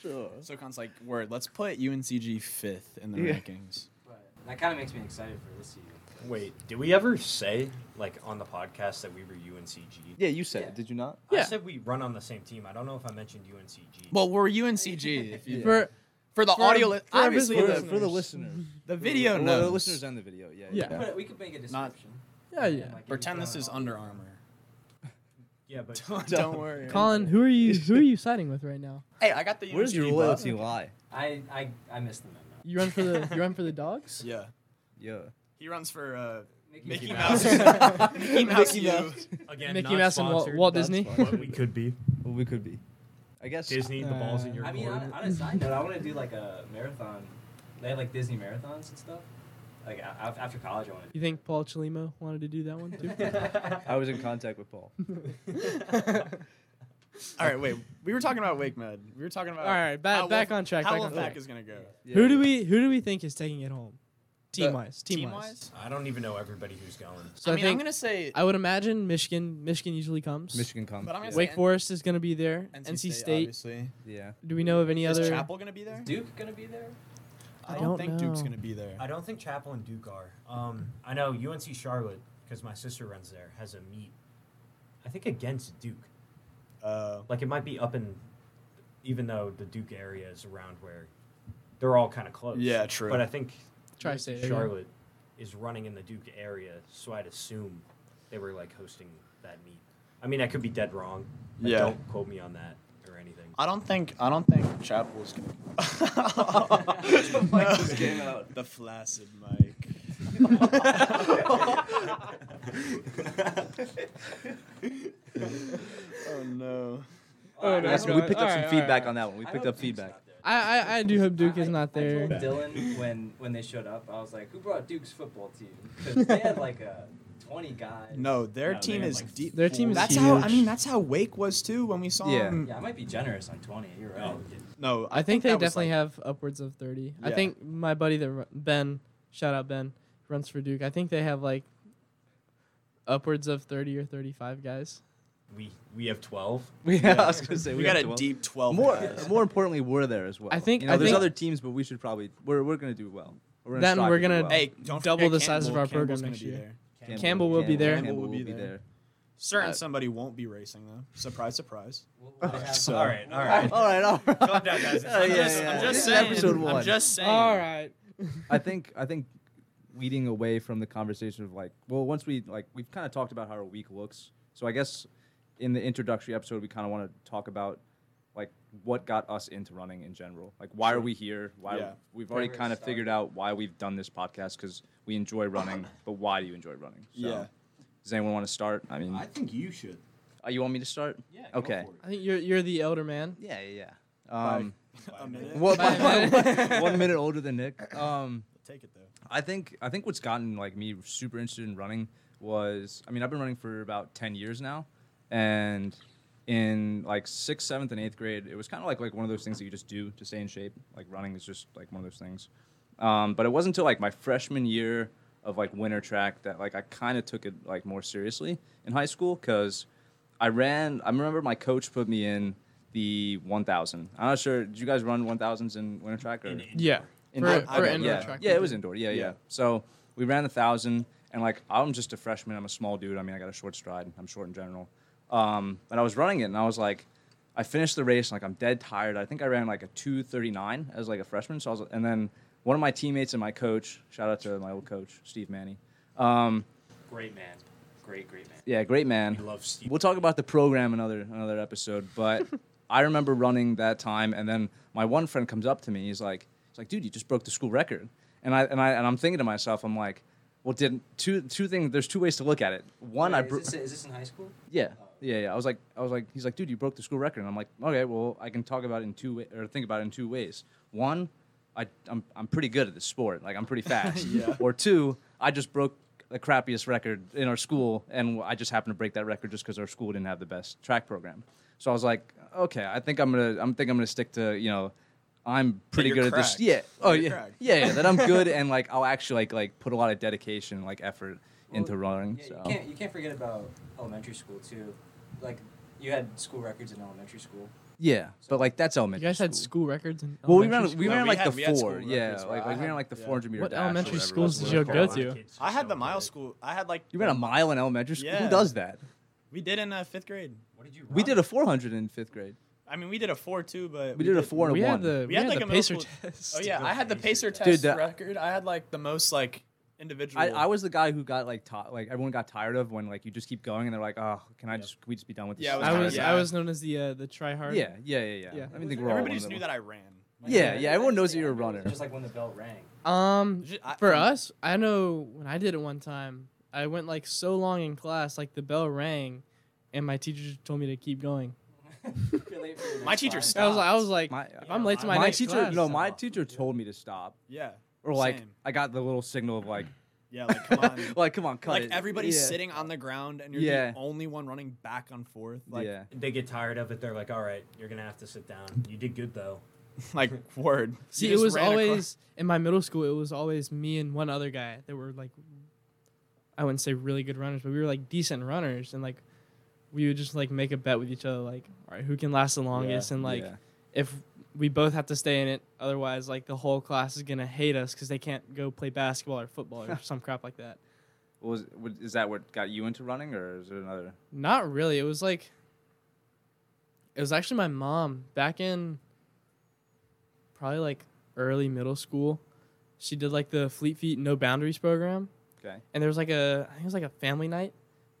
Speaker 1: sure. sure.
Speaker 4: SoCon's like, word, let's put UNCG fifth in the
Speaker 1: Yeah.
Speaker 4: rankings.
Speaker 3: But that kind of makes me excited for this season.
Speaker 2: Wait, did we ever say like on the podcast that we were UNCG?
Speaker 1: Yeah, you said
Speaker 3: Yeah.
Speaker 1: it. Did you not?
Speaker 5: Yeah.
Speaker 2: I said we run on the same team. I don't know if I mentioned UNCG.
Speaker 4: Well, we're UNCG. If you,
Speaker 5: for
Speaker 4: for the
Speaker 5: For-
Speaker 4: audio, li-
Speaker 5: for our
Speaker 4: obviously
Speaker 5: For
Speaker 1: For,
Speaker 5: the
Speaker 1: the,
Speaker 4: the,
Speaker 5: listeners.
Speaker 1: listeners.
Speaker 4: the video
Speaker 1: Well,
Speaker 4: knows.
Speaker 1: The listeners and the video. Yeah.
Speaker 5: Yeah.
Speaker 3: But we could make a
Speaker 4: Not-
Speaker 3: description.
Speaker 2: Oh
Speaker 5: yeah, yeah.
Speaker 3: Like,
Speaker 4: Pretend
Speaker 3: if
Speaker 4: this
Speaker 3: you
Speaker 4: is
Speaker 3: don't-
Speaker 4: Under Armour.
Speaker 2: yeah, but
Speaker 4: Don't worry.
Speaker 5: Colin, who are you? Who are you siding with right now?
Speaker 4: Hey, I got the.
Speaker 1: Where's your
Speaker 4: UNCG
Speaker 1: loyalty
Speaker 4: button.
Speaker 1: lie?
Speaker 3: I I I missed the memo.
Speaker 5: You run for the you run for the dogs.
Speaker 4: Yeah,
Speaker 1: Yeah.
Speaker 4: he runs for uh,
Speaker 3: Mickey,
Speaker 4: Mickey
Speaker 2: Mouse.
Speaker 4: Mouse. Mickey Mouse. you.
Speaker 2: again,
Speaker 5: Mickey Mouse and Walt, Walt Disney.
Speaker 2: But we could be
Speaker 1: Well, we could be. I guess.
Speaker 2: Disney. the balls in your
Speaker 3: I mean,
Speaker 2: court.
Speaker 3: on, on a side note, I want to do like a marathon. They have like Disney marathons and stuff. Like a- af- after college, I want
Speaker 5: You think Paul Chalimo wanted to do that one too?
Speaker 3: to.
Speaker 1: I was in contact with Paul.
Speaker 4: All right, wait. We were talking about Wake Med. We were talking about.
Speaker 5: All right, back
Speaker 4: how
Speaker 5: back
Speaker 4: Wolf-
Speaker 5: on track.
Speaker 4: How
Speaker 5: Back on
Speaker 4: Wolfpack
Speaker 5: track.
Speaker 4: is gonna go?
Speaker 1: Yeah.
Speaker 5: Who do we who do we think is taking it home? Team wise, team wise.
Speaker 4: Team-wise?
Speaker 2: I don't even know everybody who's going.
Speaker 5: So I,
Speaker 4: I mean, I am
Speaker 5: think
Speaker 4: gonna say.
Speaker 5: I would imagine Michigan. Michigan usually comes.
Speaker 1: Michigan comes.
Speaker 4: But I'm gonna
Speaker 1: yeah.
Speaker 4: say-
Speaker 5: Wake Forest is going to be there. NC, State.
Speaker 4: obviously.
Speaker 1: yeah.
Speaker 5: Do we know of any
Speaker 4: Is
Speaker 5: other?
Speaker 4: Chapel gonna be there?
Speaker 3: Is Duke gonna be there?
Speaker 5: I don't
Speaker 4: think Duke's
Speaker 5: know.
Speaker 4: gonna be there.
Speaker 2: I don't think Chapel and Duke are. Um, I know UNC Charlotte because my sister runs there has a meet. I think against Duke.
Speaker 4: Uh,
Speaker 2: Like it might be up in, even though the Duke area is around where, they're all kind of close.
Speaker 4: Yeah, true.
Speaker 2: But I think
Speaker 5: Tri-state area.
Speaker 2: Charlotte is running in the Duke area, so I'd assume they were like hosting that meet. I mean, I could be dead wrong. Like,
Speaker 4: Yeah.
Speaker 2: Don't quote me on that or anything.
Speaker 4: I don't think I don't think Chapel's gonna.
Speaker 3: came out.
Speaker 4: The flaccid mic. oh no.
Speaker 5: Oh, no.
Speaker 1: That's- we picked up
Speaker 5: Alright,
Speaker 1: some
Speaker 5: alright,
Speaker 1: feedback
Speaker 5: alright.
Speaker 1: on that one. We
Speaker 3: I
Speaker 1: picked
Speaker 3: hope
Speaker 1: up
Speaker 3: Duke's
Speaker 1: feedback.
Speaker 3: not there.
Speaker 5: I, I, I do hope Duke is not
Speaker 3: I
Speaker 5: there.
Speaker 3: told Dylan when when they showed up, I was like, "Who brought Duke's football team?" Because they had like a twenty guys.
Speaker 4: No, their
Speaker 3: No,
Speaker 4: team
Speaker 3: they're
Speaker 4: is
Speaker 3: like
Speaker 4: deep.
Speaker 5: Their team is
Speaker 4: That's how I
Speaker 5: huge.
Speaker 4: mean. That's how Wake was too when we saw
Speaker 1: Yeah.
Speaker 4: him.
Speaker 3: Yeah, I might be generous on twenty. You're right.
Speaker 4: No,
Speaker 5: I think they
Speaker 4: that was,
Speaker 5: definitely
Speaker 4: like-
Speaker 5: have upwards of 30. I
Speaker 4: Yeah.
Speaker 5: think my buddy that ru- Ben, shout out Ben, runs for Duke. I think they have like upwards of 30 or 35 guys.
Speaker 2: We we have twelve.
Speaker 1: yeah, I was gonna say
Speaker 4: We got
Speaker 1: have
Speaker 4: a
Speaker 1: 12.
Speaker 4: deep twelve.
Speaker 1: More,
Speaker 4: guys.
Speaker 1: more importantly, we're there as well.
Speaker 5: I think-
Speaker 1: you know,
Speaker 5: I
Speaker 1: there's
Speaker 5: think-
Speaker 1: other teams, but we should probably we're we're gonna do well. We're
Speaker 5: Then
Speaker 1: strive
Speaker 5: we're
Speaker 1: to do
Speaker 5: gonna-
Speaker 1: well.
Speaker 4: Hey, don't
Speaker 5: Double
Speaker 4: forget
Speaker 5: the size of
Speaker 4: Campbell.
Speaker 5: our program
Speaker 4: Campbell's gonna
Speaker 5: next
Speaker 4: be
Speaker 5: year.
Speaker 4: there.
Speaker 5: Campbell will be there.
Speaker 1: Campbell will be
Speaker 4: Campbell will be
Speaker 1: there.
Speaker 4: Certain
Speaker 5: Uh,
Speaker 4: somebody won't be racing though. Surprise, surprise.
Speaker 3: We'll- we'll have- uh,
Speaker 4: So-
Speaker 2: all right, all right.
Speaker 1: All right, all right.
Speaker 2: Calm down, guys.
Speaker 1: Oh, Yeah,
Speaker 2: I'm
Speaker 1: yeah,
Speaker 2: just- I'm
Speaker 1: yeah.
Speaker 2: just
Speaker 1: This is
Speaker 2: saying,
Speaker 1: Episode one.
Speaker 4: saying.
Speaker 5: All right.
Speaker 1: I think I think leading away from the conversation of like, well, once we like we've kind of talked about how our week looks. So I guess in the introductory episode, we kind of want to talk about like what got us into running in general. Like, why are we here? Why
Speaker 4: Yeah.
Speaker 1: we've already
Speaker 3: Where it
Speaker 1: kind of
Speaker 3: started.
Speaker 1: figured out why we've done this podcast because we enjoy running. but why do you enjoy running? So,
Speaker 4: Yeah.
Speaker 1: Does anyone want to start? I mean,
Speaker 6: I think you should.
Speaker 1: uh, you want me to start?
Speaker 3: Yeah, go
Speaker 1: Okay.
Speaker 6: for it.
Speaker 5: I think you're you're the elder man.
Speaker 1: Yeah, yeah, yeah. Um,
Speaker 4: A minute.
Speaker 1: well,
Speaker 5: Bye, man.
Speaker 1: one minute older than Nick. Um,
Speaker 4: Take it though.
Speaker 1: I think I think what's gotten like me super interested in running was I mean I've been running for about ten years now, and in like sixth, seventh, and eighth grade, it was kind of like like one of those things that you just do to stay in shape. Like running is just like one of those things. Um, but it wasn't until like my freshman year of like winter track that like I kind of took it like more seriously in high school because I ran. I remember my coach put me in the 1,000. I'm not sure. Did you guys run 1,000s in winter track or?
Speaker 5: Yeah. For,
Speaker 4: Indoor-
Speaker 5: for
Speaker 4: I bet,
Speaker 5: indoor
Speaker 1: yeah,
Speaker 5: track.
Speaker 1: yeah, it was indoor. Yeah, yeah,
Speaker 4: Yeah.
Speaker 1: So we ran the thousand, and like I'm just a freshman. I'm a small dude. I mean, I got a short stride. I'm short in general. Um, and I was running it, and I was like, I finished the race, like I'm dead tired. I think I ran like a 2:39 as like a freshman. So I was, and then one of my teammates and my coach, shout out to my old coach, Steve Manny. Um,
Speaker 3: Great man. Great, great man.
Speaker 1: yeah, great man.
Speaker 2: We love Steve.
Speaker 1: We'll talk about the program another another episode, but I remember running that time, and then my one friend comes up to me. He's like, he's like, dude, you just broke the school record, and I and I and I'm thinking to myself, I'm like, well, did two two things? There's two ways to look at it. One, I
Speaker 3: Wait,
Speaker 1: bro-
Speaker 3: is, this, is this in high school?
Speaker 1: yeah, yeah, yeah. I was like, I was like, he's like, dude, you broke the school record. And I'm like, okay, well, I can talk about it in two wa- or think about it in two ways. One, I, I'm, I'm pretty good at this sport. Like, I'm pretty fast.
Speaker 4: Yeah.
Speaker 1: Or two, I just broke the crappiest record in our school, and I just happened to break that record just because our school didn't have the best track program. So I was like, okay, I think I'm gonna, I'm think I'm gonna stick to, you know, I'm pretty
Speaker 4: you're
Speaker 1: good at this.
Speaker 4: cracked.
Speaker 1: Yeah. Oh
Speaker 4: you're
Speaker 1: yeah.
Speaker 4: cracked.
Speaker 1: Yeah, yeah. That I'm good, and like I'll actually like like put a lot of dedication, like effort into
Speaker 3: Well,
Speaker 1: running.
Speaker 3: Yeah,
Speaker 1: so.
Speaker 3: you can't you can't forget about elementary school too. Like you had school records in elementary school.
Speaker 1: Yeah, but like that's
Speaker 5: You
Speaker 1: elementary.
Speaker 5: guys had
Speaker 1: school.
Speaker 5: school records in
Speaker 1: Well, we ran
Speaker 5: elementary
Speaker 1: we
Speaker 4: No,
Speaker 1: ran
Speaker 4: we
Speaker 1: like
Speaker 4: had- we
Speaker 1: the
Speaker 4: had
Speaker 1: four,
Speaker 4: school
Speaker 1: yeah,
Speaker 4: records,
Speaker 1: like,
Speaker 4: but I
Speaker 1: like we
Speaker 4: had-
Speaker 1: ran like the
Speaker 4: yeah.
Speaker 1: four hundred meter.
Speaker 5: What
Speaker 1: dash or
Speaker 5: elementary
Speaker 1: whatever it
Speaker 5: schools
Speaker 1: was.
Speaker 5: did you go to?
Speaker 4: I had the mile school. I had like
Speaker 1: You ran a mile in elementary school. Who
Speaker 4: Yeah.
Speaker 1: does that?
Speaker 4: We did in uh, fifth grade.
Speaker 3: What did you?
Speaker 1: We did a four hundred in fifth grade.
Speaker 4: I mean, we did a four two, but
Speaker 1: We did a four and
Speaker 5: We
Speaker 1: a
Speaker 5: had
Speaker 1: one.
Speaker 5: the, we had
Speaker 4: like
Speaker 5: the
Speaker 4: a middle
Speaker 5: pacer
Speaker 4: school-
Speaker 5: test.
Speaker 4: Oh yeah, I had the pacer test
Speaker 1: Dude, that-
Speaker 4: record. I had like the most like individual.
Speaker 1: I, I was the guy who got like ti like everyone got tired of when like you just keep going and they're like, oh, can I just can we just be done with this?
Speaker 4: Yeah, I
Speaker 5: I
Speaker 1: tired
Speaker 5: was
Speaker 1: of
Speaker 4: yeah.
Speaker 5: I was known as the uh, the tryhard.
Speaker 1: it." yeah, yeah, yeah, yeah.
Speaker 5: Yeah.
Speaker 1: I mean, think we're all
Speaker 4: Everybody
Speaker 1: one
Speaker 4: just
Speaker 1: of
Speaker 4: knew
Speaker 1: them.
Speaker 4: that I ran. Like,
Speaker 1: Yeah, yeah. Everyone knows that you're a runner.
Speaker 3: Just like when the bell rang.
Speaker 5: Um,
Speaker 4: Ju- I-
Speaker 5: for
Speaker 4: from-
Speaker 5: us, I know when I did it one time, I went like so long in class, like the bell rang, and my teacher just told me to keep going.
Speaker 3: You're late for your
Speaker 4: My
Speaker 3: next
Speaker 4: teacher
Speaker 3: class.
Speaker 4: stopped.
Speaker 5: I was, I was like,
Speaker 1: My-
Speaker 5: if I'm late to my,
Speaker 1: My
Speaker 5: next
Speaker 1: teacher,
Speaker 5: class,
Speaker 1: no, my teacher told me to stop,
Speaker 4: Yeah.
Speaker 1: or like
Speaker 4: Same.
Speaker 1: I got the little signal of like,
Speaker 4: Yeah, like come on.
Speaker 1: like come on, cut
Speaker 4: like
Speaker 1: it.
Speaker 4: everybody's
Speaker 1: Yeah.
Speaker 4: sitting on the ground and you're
Speaker 1: Yeah.
Speaker 4: the only one running back and forth. Like
Speaker 1: yeah.
Speaker 2: They get tired of it. They're like, all right, you're gonna have to sit down. You did good though.
Speaker 4: like word. You
Speaker 5: See, it
Speaker 4: just
Speaker 5: was
Speaker 4: ran across-
Speaker 5: always in my middle school. It was always me and one other guy that were like, I wouldn't say really good runners, but we were like decent runners, and like we would just like make a bet with each other, like, all right, who can last the longest, and like
Speaker 1: yeah.
Speaker 5: if we both have to stay in it, otherwise like the whole class is gonna hate us because they can't go play basketball or football or some crap like that.
Speaker 1: Was would- is that what got you into running, or is it another?
Speaker 5: Not really. It was like it was actually my mom back in probably like early middle school. She did like the Fleet Feet No Boundaries program,
Speaker 1: Okay.
Speaker 5: and there was like a I think it was like a family night,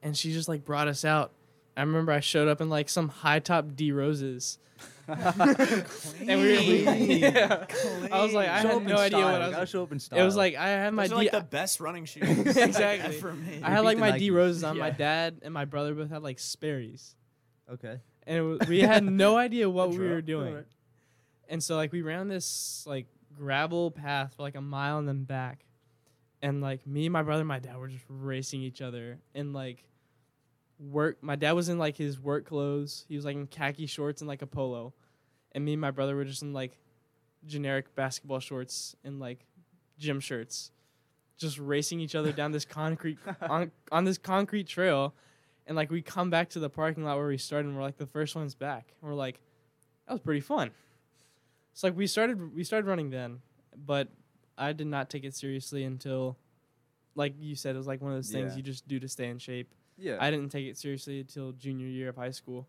Speaker 5: and she just like brought us out. I remember I showed up in like some high top D roses. and we were, yeah. I was like, I had no idea what I was.
Speaker 1: show up in style.
Speaker 5: It was like I had my
Speaker 4: Those
Speaker 5: D.
Speaker 4: are like the best running shoes
Speaker 5: Exactly.
Speaker 4: for me.
Speaker 5: I had
Speaker 1: beat
Speaker 5: like
Speaker 1: the
Speaker 5: my
Speaker 1: Nikes.
Speaker 5: D roses on. My
Speaker 4: Yeah.
Speaker 5: dad and my brother both had like Sperry's,
Speaker 1: okay.
Speaker 5: and it was, we had no idea what we
Speaker 1: Drop.
Speaker 5: were doing.
Speaker 1: Alright.
Speaker 5: And so like we ran this like gravel path for like a mile and then back, and like me, my brother, and my dad were just racing each other and like work. My dad was in like his work clothes. He was like in khaki shorts and like a polo, and me and my brother were just in like generic basketball shorts and like gym shirts, just racing each other down this concrete on, on this concrete trail. And like we come back to the parking lot where we started, and we're like the first ones back. And we're like, that was pretty fun. So like we started we started running then, but I did not take it seriously until, like you said, it was like one of those things
Speaker 1: Yeah.
Speaker 5: you just do to stay in shape.
Speaker 1: Yeah.
Speaker 5: I didn't take it seriously until junior year of high school.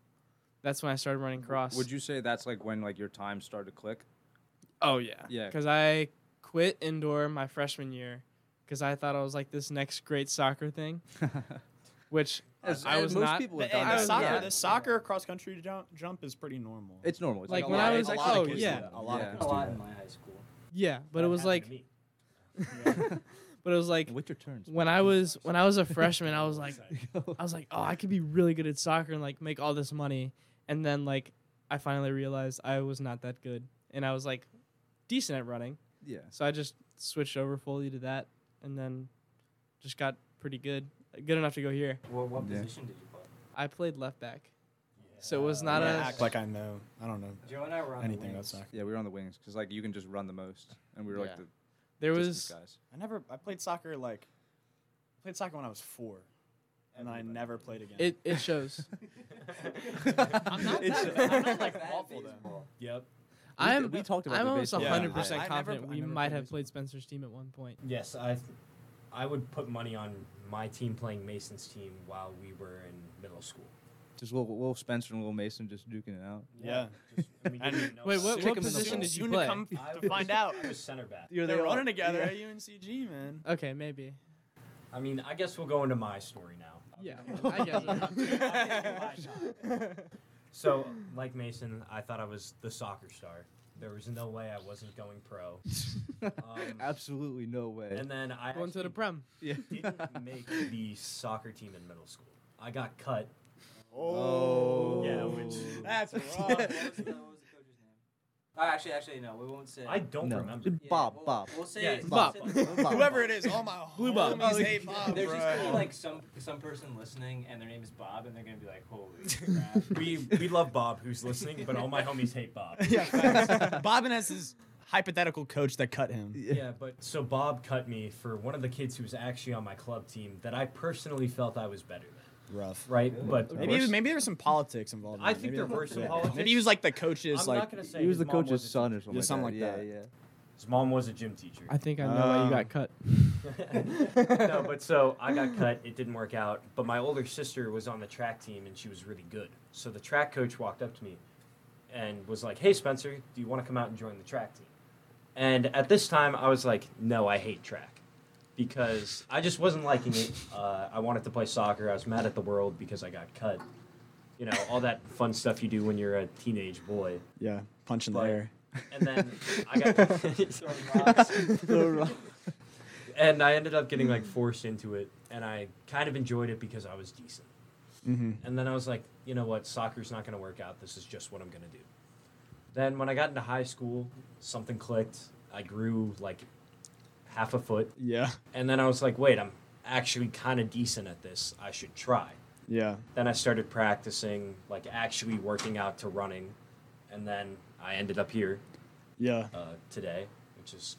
Speaker 5: That's when I started running cross.
Speaker 1: Would you say that's like when like your time started to click?
Speaker 5: Oh yeah.
Speaker 1: Yeah.
Speaker 5: Because I quit indoor my freshman year because I thought I was like this next great soccer thing, which
Speaker 1: As-
Speaker 5: I
Speaker 1: as
Speaker 5: was
Speaker 1: most
Speaker 5: not.
Speaker 1: people have
Speaker 4: But,
Speaker 1: done
Speaker 4: hey,
Speaker 1: that.
Speaker 4: the
Speaker 5: I was-
Speaker 4: soccer,
Speaker 5: yeah.
Speaker 4: the soccer cross country jump, jump is pretty normal.
Speaker 1: It's normal. It's
Speaker 5: Like,
Speaker 1: a
Speaker 5: when
Speaker 1: lot-
Speaker 5: I
Speaker 1: it's
Speaker 5: was-
Speaker 1: a lot
Speaker 5: oh,
Speaker 1: of kids do
Speaker 5: yeah.
Speaker 1: that.
Speaker 4: A lot of
Speaker 1: Yeah.
Speaker 4: kids
Speaker 3: a lot in my high school.
Speaker 5: Yeah, but it was like, but it was like
Speaker 1: What's your turns?
Speaker 5: when I was when I was a freshman, I was like, I was like, oh, I could be really good at soccer and like make all this money, and then like I finally realized I was not that good, and I was like decent at running,
Speaker 1: Yeah.
Speaker 5: so I just switched over fully to that, and then just got pretty good, good enough to go here.
Speaker 3: What, what
Speaker 1: Yeah.
Speaker 3: position did you play?
Speaker 5: I played left back, so it was
Speaker 4: I
Speaker 5: not
Speaker 4: don't
Speaker 5: a
Speaker 4: act like I know. I don't know
Speaker 3: Joe and I were on the
Speaker 4: anything about
Speaker 3: wings.
Speaker 4: soccer.
Speaker 1: Yeah, we were on the wings because like you can just run the most, and we were like
Speaker 5: Yeah.
Speaker 1: the
Speaker 5: there
Speaker 1: distance
Speaker 5: was
Speaker 1: guys.
Speaker 4: I never. I played soccer like. I played soccer when I was four, and then I never played again.
Speaker 5: it it shows.
Speaker 4: I'm not, that, I'm not like awful though.
Speaker 3: Baseball.
Speaker 2: Yep.
Speaker 5: I
Speaker 1: We-
Speaker 5: am
Speaker 1: we talked about
Speaker 5: I'm
Speaker 1: the
Speaker 5: almost
Speaker 1: baseball.
Speaker 4: Yeah.
Speaker 5: 100
Speaker 4: I- I
Speaker 5: percent
Speaker 4: never-
Speaker 5: confident
Speaker 4: I
Speaker 5: we
Speaker 4: never
Speaker 5: might
Speaker 4: played
Speaker 5: have played Spencer's team at one point.
Speaker 2: Yes, I, I would put money on my team playing Mason's team while we were in middle school.
Speaker 1: Just little, little Spencer and little Mason just duking it out.
Speaker 4: Yeah.
Speaker 2: Just- and we didn't
Speaker 4: And-
Speaker 2: even know
Speaker 5: Wait,
Speaker 2: it.
Speaker 5: what-
Speaker 1: Stick 'em in the
Speaker 5: position
Speaker 1: ball.
Speaker 5: did you
Speaker 4: Soon
Speaker 5: play?
Speaker 4: To, come
Speaker 2: I
Speaker 4: to
Speaker 2: was-
Speaker 4: find out.
Speaker 2: I was center back.
Speaker 1: You're
Speaker 4: They're running together at UNCG, man.
Speaker 5: Okay, maybe.
Speaker 2: I mean, I guess we'll go into my story now.
Speaker 5: Yeah, I guess. it.
Speaker 2: So, like Mason, I thought I was the soccer star. There was no way I wasn't going pro. Um,
Speaker 1: Absolutely no way.
Speaker 2: and then I
Speaker 5: Going to the
Speaker 2: actually
Speaker 5: prem.
Speaker 1: yeah.
Speaker 2: didn't make the soccer team in middle school. I got cut.
Speaker 1: Oh.
Speaker 2: Yeah, which-
Speaker 4: That's
Speaker 3: Oh, What was the- what was the coach's name? Oh, actually, actually, no. We won't say.
Speaker 2: I don't
Speaker 1: No.
Speaker 2: remember.
Speaker 3: Yeah,
Speaker 1: Bob,
Speaker 3: we'll-
Speaker 1: Bob.
Speaker 3: We'll say
Speaker 5: Yeah,
Speaker 3: it.
Speaker 5: Bob.
Speaker 3: We'll say-
Speaker 1: Bob.
Speaker 4: Whoever it is, all my
Speaker 5: Blue Bob.
Speaker 4: homies hate Bob,
Speaker 3: There's just gonna be
Speaker 4: bro.
Speaker 3: like some some person listening, and their name is Bob, and they're gonna be like, "Holy crap!"
Speaker 2: We we love Bob, who's listening, but all my homies hate Bob.
Speaker 4: yeah, facts. Bobbin has his hypothetical coach that cut him.
Speaker 2: Yeah, but so Bob cut me for one of the kids who was actually on my club team that I personally felt I was better than.
Speaker 4: Rough.
Speaker 2: Right, but
Speaker 4: Maybe he was- maybe there was some politics involved. in
Speaker 2: I
Speaker 4: it.
Speaker 2: think
Speaker 4: Maybe
Speaker 2: there
Speaker 4: that-
Speaker 2: were some
Speaker 4: yeah.
Speaker 2: politics.
Speaker 4: Maybe he was like the coach's
Speaker 2: I'm
Speaker 4: like.
Speaker 2: not gonna say
Speaker 1: He was
Speaker 2: his
Speaker 1: the
Speaker 2: mom
Speaker 1: coach's
Speaker 2: a
Speaker 1: son
Speaker 2: teacher.
Speaker 1: or something,
Speaker 4: Yeah, something
Speaker 1: like
Speaker 4: like
Speaker 1: that.
Speaker 4: that.
Speaker 1: Yeah, yeah.
Speaker 2: His mom was a gym teacher.
Speaker 5: I think I know why you
Speaker 4: Um,
Speaker 5: got cut.
Speaker 2: no, but so I got cut. It didn't work out. But my older sister was on the track team and she was really good. So the track coach walked up to me and was like, "Hey Spencer, do you want to come out and join the track team?" And at this time, I was like, "No, I hate track." Because I just wasn't liking it. Uh, I wanted to play soccer. I was mad at the world because I got cut. You know, all that fun stuff you do when you're a teenage boy.
Speaker 4: Yeah, punch in the
Speaker 2: But-
Speaker 4: air.
Speaker 2: And then I got.
Speaker 3: Throwing rocks.
Speaker 2: and I ended up getting like forced into it, and I kind of enjoyed it because I was decent. Mm-hmm. And then I was like, you know what, soccer's not going to work out. This is just what I'm going to do. Then when I got into high school, something clicked. I grew like half a foot,
Speaker 4: Yeah,
Speaker 2: and then I was like, wait, I'm actually kind of decent at this. I should try.
Speaker 4: yeah.
Speaker 2: Then I started practicing, like actually working out to running, and then I ended up here
Speaker 4: Yeah.
Speaker 2: uh, today, which is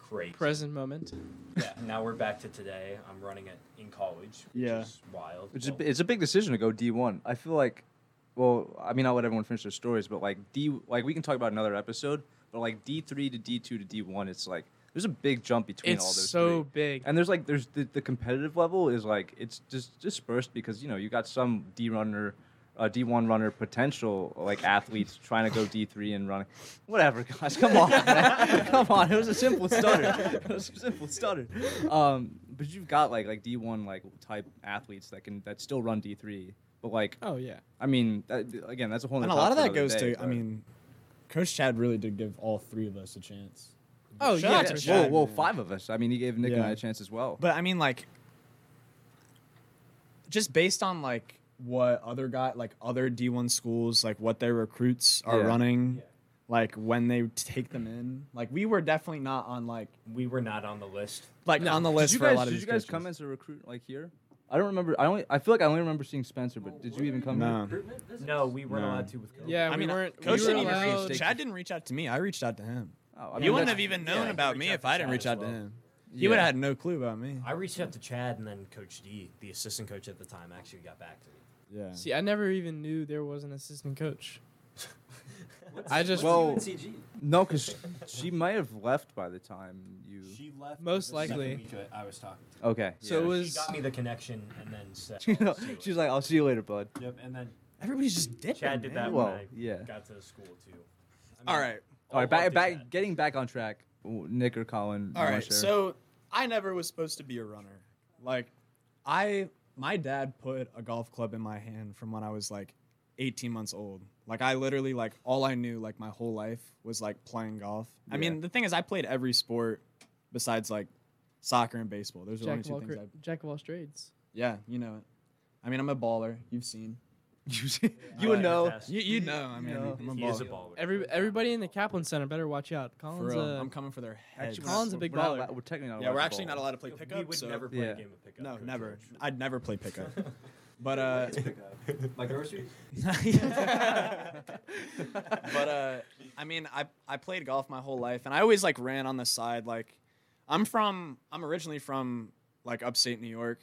Speaker 2: crazy.
Speaker 5: Present moment.
Speaker 2: Yeah, now we're back to today. I'm running it in college, which
Speaker 4: Yeah.
Speaker 2: is wild.
Speaker 1: It's a,
Speaker 2: Well,
Speaker 1: it's a big decision to go D one. I feel like, well, I mean, I'll let everyone finish their stories, but like D, like we can talk about another episode, but like D three to D two to D one, it's like there's a big jump between all
Speaker 5: It's
Speaker 1: those.
Speaker 5: so
Speaker 1: three.
Speaker 5: big.
Speaker 1: And there's like there's the, the competitive level is like it's just dispersed because you know you got some D runner, uh, D one runner potential like athletes trying to go D three and running, whatever guys. Come on, man. come on. It was a simple stutter. It was a simple stutter. Um, but you've got like like D one like type athletes that can that still run D three But like,
Speaker 5: Oh yeah.
Speaker 1: I mean, that, again, that's a whole.
Speaker 4: And
Speaker 1: nother
Speaker 4: a lot of
Speaker 1: topic
Speaker 4: that
Speaker 1: for another
Speaker 4: goes
Speaker 1: day,
Speaker 4: to, I
Speaker 1: but-
Speaker 4: mean, Coach Chad really did give all three of us a chance.
Speaker 5: Oh
Speaker 4: Shout
Speaker 5: yeah.
Speaker 4: out
Speaker 5: for
Speaker 4: to
Speaker 5: sure.
Speaker 1: Whoa,
Speaker 4: Chad,
Speaker 1: whoa,
Speaker 4: man.
Speaker 1: five of us. I mean, he gave Nick and I
Speaker 4: Yeah.
Speaker 1: a chance as well.
Speaker 4: But I mean, like, just based on like what other guy, like other D one schools, like what their recruits are
Speaker 1: Yeah.
Speaker 4: running, like when they take them in, like we were definitely not on like
Speaker 2: We were not on the list.
Speaker 4: like on the
Speaker 1: did
Speaker 4: list
Speaker 1: you
Speaker 4: for
Speaker 1: guys,
Speaker 4: a lot of
Speaker 1: did
Speaker 4: these
Speaker 1: you guys
Speaker 4: coaches.
Speaker 1: come as a recruit like here? I don't remember. I only. I feel like I only remember seeing Spencer. But did you even come?
Speaker 4: No.
Speaker 1: here?
Speaker 3: Recruitment visits?
Speaker 2: No, we weren't
Speaker 4: No.
Speaker 2: allowed to with COVID.
Speaker 5: Yeah,
Speaker 4: I
Speaker 5: we
Speaker 4: mean,
Speaker 5: weren't.
Speaker 4: Coach
Speaker 5: we were
Speaker 4: didn't even
Speaker 5: allowed-
Speaker 4: reach, Chad didn't reach out to me. I reached out to him.
Speaker 1: Oh, I
Speaker 4: You
Speaker 1: mean,
Speaker 4: wouldn't
Speaker 1: that's-
Speaker 4: have even
Speaker 2: yeah,
Speaker 4: known
Speaker 2: you
Speaker 4: about
Speaker 2: reached
Speaker 4: me
Speaker 2: out
Speaker 4: if
Speaker 2: to
Speaker 4: I didn't
Speaker 2: Chad
Speaker 4: reach
Speaker 2: as
Speaker 4: out to
Speaker 2: well.
Speaker 4: him.
Speaker 1: Yeah.
Speaker 4: You would have had no clue about me.
Speaker 2: I reached out to Chad, and then Coach D, the assistant coach at the time, actually got back to me.
Speaker 4: Yeah.
Speaker 5: See, I never even knew there was an assistant coach. I just
Speaker 1: Well-
Speaker 3: UNCG.
Speaker 1: No, because she might have left by the time you.
Speaker 6: She left.
Speaker 5: Most
Speaker 6: the second
Speaker 5: likely.
Speaker 6: week I- I was talking to.
Speaker 1: Okay.
Speaker 5: So it
Speaker 1: yeah.
Speaker 2: She
Speaker 5: was.
Speaker 2: got me the connection, and then said,
Speaker 1: You know,
Speaker 2: "I'll see you
Speaker 1: she's
Speaker 2: later."
Speaker 1: like, "I'll see you later, bud."
Speaker 6: her. Yep, and then
Speaker 4: Everybody's just dipping.
Speaker 2: Chad did
Speaker 4: man.
Speaker 2: that
Speaker 1: Well,
Speaker 2: when I
Speaker 1: yeah.
Speaker 2: got to school too. I mean,
Speaker 4: All right.
Speaker 1: All right,
Speaker 2: love
Speaker 1: back,
Speaker 2: to
Speaker 1: back,
Speaker 2: Chad.
Speaker 1: getting back on track. Ooh, Nick or Colin?
Speaker 4: All
Speaker 1: you wanna
Speaker 4: right.
Speaker 1: share?
Speaker 4: So I never was supposed to be a runner. Like I my dad put a golf club in my hand from when I was like 18 months old. Like I literally like all I knew like my whole life was like playing golf. I mean,
Speaker 1: Yeah.
Speaker 4: the thing is I played every sport besides like soccer and baseball. Those are the
Speaker 5: Jack
Speaker 4: only
Speaker 5: of,
Speaker 4: two
Speaker 5: all,
Speaker 4: things
Speaker 5: cra-
Speaker 4: I
Speaker 5: Jack of all trades.
Speaker 4: Yeah, you know it. I mean, I'm a baller. You've seen.
Speaker 1: you, see- you
Speaker 2: I
Speaker 1: would
Speaker 2: like
Speaker 1: know.
Speaker 2: that.
Speaker 4: You, you know, I mean,
Speaker 1: know.
Speaker 4: I'm a
Speaker 2: He
Speaker 4: baller.
Speaker 2: is a baller.
Speaker 5: Every everybody in the Kaplan Center better watch out. uh,
Speaker 4: For
Speaker 5: Colin's
Speaker 4: real.
Speaker 5: a
Speaker 4: I'm coming for their heads.
Speaker 1: we're not-
Speaker 5: Colin's a big
Speaker 1: we're not
Speaker 5: baller.
Speaker 1: allowed- we're technically not.
Speaker 4: yeah, we're
Speaker 1: to
Speaker 4: actually not
Speaker 1: ball.
Speaker 4: allowed to play
Speaker 2: we
Speaker 4: pickup.
Speaker 2: would
Speaker 4: so-
Speaker 2: never play
Speaker 1: Yeah.
Speaker 2: a game of pickup.
Speaker 4: No,
Speaker 2: Coach
Speaker 4: never.
Speaker 2: George.
Speaker 4: I'd never play pickup. but uh,
Speaker 3: My groceries?
Speaker 4: but uh, I mean, I I played golf my whole life, and I always like ran on the side. Like, I'm from I'm originally from like upstate New York,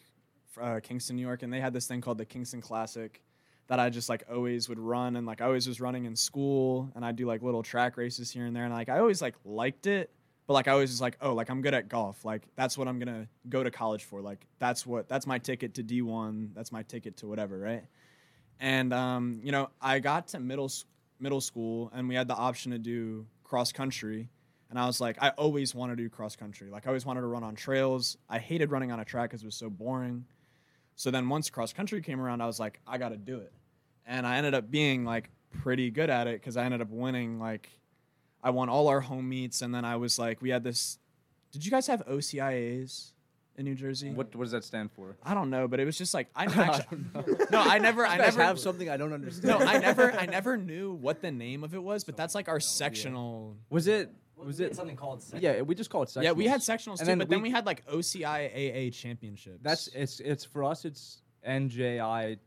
Speaker 4: fr- uh, Kingston, New York, and they had this thing called the Kingston Classic that I just like always would run, and like I always was running in school, and I do like little track races here and there, and like I always like liked it. But like I always was like, oh, like I'm good at golf. Like that's what I'm gonna go to college for. Like that's what that's my ticket to D1. That's my ticket to whatever, right? and um, you know i got to middle s- middle school and we had the option to do cross country and i was like i always want to do cross country like i always wanted to run on trails i hated running on a track because it was so boring so then once cross country came around i was like i gotta do it and i ended up being like pretty good at it because i ended up winning like i won all our home meets and then i was like we had this did you guys have ocias in new jersey
Speaker 1: What, what does that stand for?
Speaker 4: i don't know but it was just like i, actually, no i never i
Speaker 1: I
Speaker 4: never
Speaker 1: have something I don't understand.
Speaker 4: no, I never, I never knew what the name of it was, but that's like
Speaker 1: Oh,
Speaker 4: our sectional.
Speaker 1: Was it?
Speaker 3: Well,
Speaker 1: Was
Speaker 3: we had
Speaker 1: it?
Speaker 3: something called sex?
Speaker 1: Yeah, we just call it sectionals.
Speaker 4: Yeah, we had sectionals too,
Speaker 1: And then
Speaker 4: but then
Speaker 1: we-
Speaker 4: we had like OCIAA championships. Oh,
Speaker 1: That's it's it's for us. It's NJI,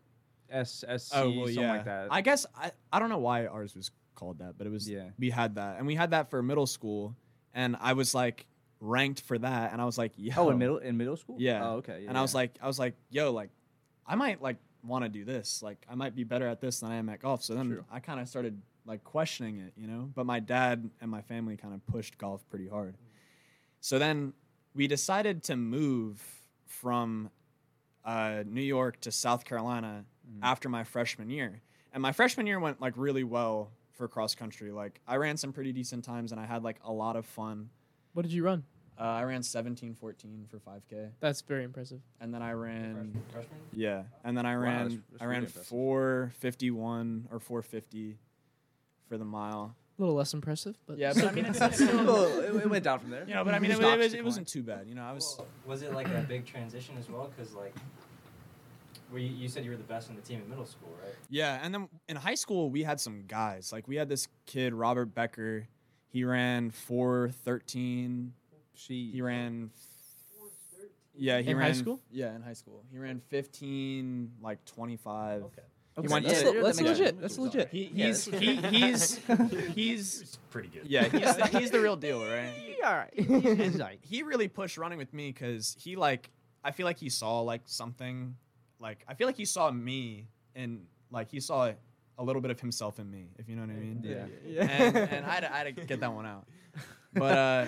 Speaker 1: SSC,
Speaker 4: Oh,
Speaker 1: something like that.
Speaker 4: I guess I, I don't know why ours was called that, but it was
Speaker 1: Yeah.
Speaker 4: we had that, and we had that for middle school, and I was like ranked for that, and I was like, yo.
Speaker 1: oh, in middle in middle school.
Speaker 4: Yeah.
Speaker 1: Oh, okay. Yeah,
Speaker 4: and I was like, I was like, yo, like, I might like want to do this. Like, I might be better at this than I am at golf. So then
Speaker 1: True.
Speaker 4: I kind of started like questioning it, you know. But my dad and my family kind of pushed golf pretty hard. So then we decided to move from uh, New York to South Carolina
Speaker 1: Mm-hmm.
Speaker 4: after my freshman year. And my freshman year went like really well for cross country. Like I ran some pretty decent times and I had like a lot of fun.
Speaker 5: What did you run?
Speaker 4: Uh, I ran 17-14 for 5K
Speaker 5: That's very impressive.
Speaker 4: and then I ran
Speaker 3: Freshman? Freshman?
Speaker 4: yeah, and then I ran
Speaker 1: that's- that's
Speaker 4: I
Speaker 1: really
Speaker 4: ran
Speaker 1: impressive.
Speaker 4: four fifty one or four fifty for the mile.
Speaker 5: A little less impressive, but
Speaker 4: Yeah, but I mean it's
Speaker 1: well, it, it went down from there.
Speaker 4: you know, but I mean it,
Speaker 1: Stocks
Speaker 4: was- it was it
Speaker 1: declined.
Speaker 4: wasn't too bad. You know, I was
Speaker 3: Well, was it like a big transition as well? Because like, well, you, you said you were the best on the team in middle school, right?
Speaker 4: yeah, and then in high school we had some guys like we had this kid Robert Becker. He ran four thirteen.
Speaker 1: She.
Speaker 4: He ran. Yeah, he
Speaker 5: In high
Speaker 4: ran
Speaker 5: school?
Speaker 4: Yeah, in high school, he ran fifteen like twenty five.
Speaker 2: Okay.
Speaker 4: He
Speaker 1: Okay,
Speaker 4: went
Speaker 5: that's,
Speaker 4: to-
Speaker 5: le- that's
Speaker 1: Yeah.
Speaker 5: legit. That's legit.
Speaker 4: He,
Speaker 1: Yeah,
Speaker 4: he's he, he's he's
Speaker 2: It's pretty good.
Speaker 4: yeah he's the, he's the real deal, right?
Speaker 5: all right.
Speaker 4: he really pushed running with me because he like I feel like he saw like something like I feel like he saw me and like he saw a little bit of himself in me if you know what I mean
Speaker 1: Yeah.
Speaker 4: and, and I, had to, I had to get that one out but uh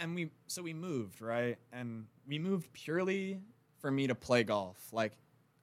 Speaker 4: and we so we moved right and we moved purely for me to play golf like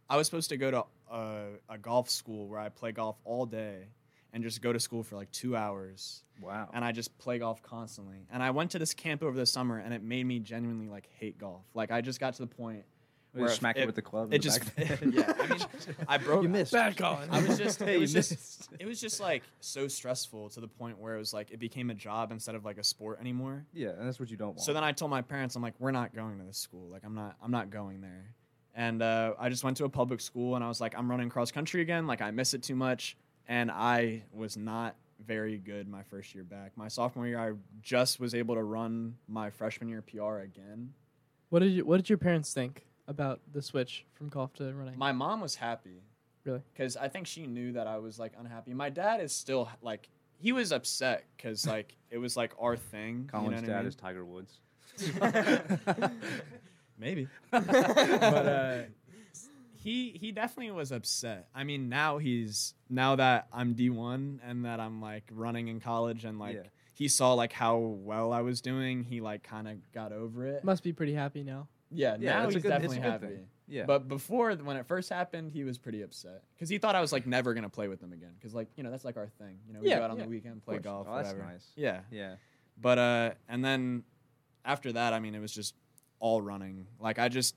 Speaker 4: I was supposed to go to a, a golf school where I play golf all day and just go to school for like two hours
Speaker 1: Wow.
Speaker 4: and I just play golf constantly. And I went to this camp over the summer and it made me genuinely like hate golf. Like I just got to the point it
Speaker 1: We
Speaker 4: where
Speaker 1: just smack it,
Speaker 4: it-
Speaker 1: with the club. in the
Speaker 4: It just,
Speaker 1: back.
Speaker 4: yeah. I mean, I broke.
Speaker 5: You missed. Bad calling.
Speaker 4: I was just,
Speaker 1: Hey,
Speaker 4: it
Speaker 1: you
Speaker 4: was just,
Speaker 1: missed.
Speaker 4: it was just like so stressful to the point where it was like it became a job instead of like a sport anymore.
Speaker 1: yeah, and that's what you don't want.
Speaker 4: So then I told my parents, I'm like, we're not going to this school. Like, I'm not, I'm not going there. And uh, I just went to a public school, and I was like, I'm running cross country again. Like, I miss it too much. And I was not very good my first year back. My sophomore year, I just was able to run my freshman year PR again.
Speaker 5: What did you What did your parents think about the switch from golf to running?
Speaker 4: My mom was happy
Speaker 5: really?
Speaker 4: because I think she knew that I was like unhappy. My dad is still like he was upset because like it was like our thing. you
Speaker 1: Colin's
Speaker 4: know what I
Speaker 1: dad
Speaker 4: mean?
Speaker 1: is Tiger Woods.
Speaker 4: Maybe. but uh, he he definitely was upset. I mean, now he's now that I'm D1 and that I'm like running in college and like
Speaker 1: Yeah.
Speaker 4: he saw like how well I was doing, he like kind of got over it.
Speaker 5: Must be pretty happy now.
Speaker 4: yeah,
Speaker 1: Yeah,
Speaker 4: now
Speaker 1: it's a
Speaker 4: he's
Speaker 1: good- it's a
Speaker 4: definitely
Speaker 1: good
Speaker 4: happy.
Speaker 1: thing. Yeah.
Speaker 4: But before when it first happened, he was pretty upset cuz he thought I was like never going to play with them again cuz like, you know, that's like our thing. You know, we
Speaker 5: Yeah,
Speaker 4: go out on
Speaker 5: yeah,
Speaker 4: the weekend, play
Speaker 1: course.
Speaker 4: golf,
Speaker 1: Oh, that's
Speaker 4: whatever.
Speaker 1: nice.
Speaker 4: Yeah.
Speaker 1: Yeah.
Speaker 4: But uh and then after that, I mean, it was just all running. Like I just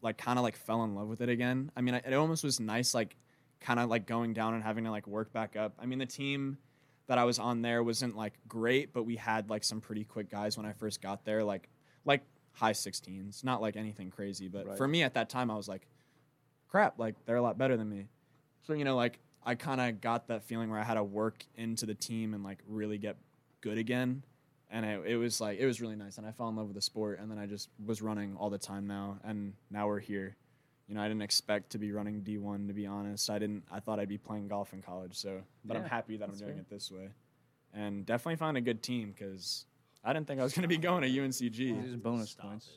Speaker 4: like kind of like fell in love with it again. I mean, I, it almost was nice like kind of like going down and having to like work back up. I mean, the team that I was on there wasn't like great, but we had like some pretty quick guys when I first got there, like like high 16s, not like anything crazy, but
Speaker 1: Right.
Speaker 4: for me at that time I was like crap, like they're a lot better than me. So, you know, like I kind of got that feeling where I had to work into the team and like really get good again. And it, it was like, it was really nice. And I fell in love with the sport. And then I just was running all the time now. And now we're here. You know, I didn't expect to be running D1, to be honest. I didn't, I thought I'd be playing golf in college. So, but I'm
Speaker 1: Yeah,
Speaker 4: happy that I'm
Speaker 5: that's
Speaker 4: doing
Speaker 5: fair.
Speaker 4: it this way. And definitely found a good team because I didn't think I was going to be going to UNCG.
Speaker 1: These are bonus
Speaker 2: Stop
Speaker 1: points.
Speaker 2: it.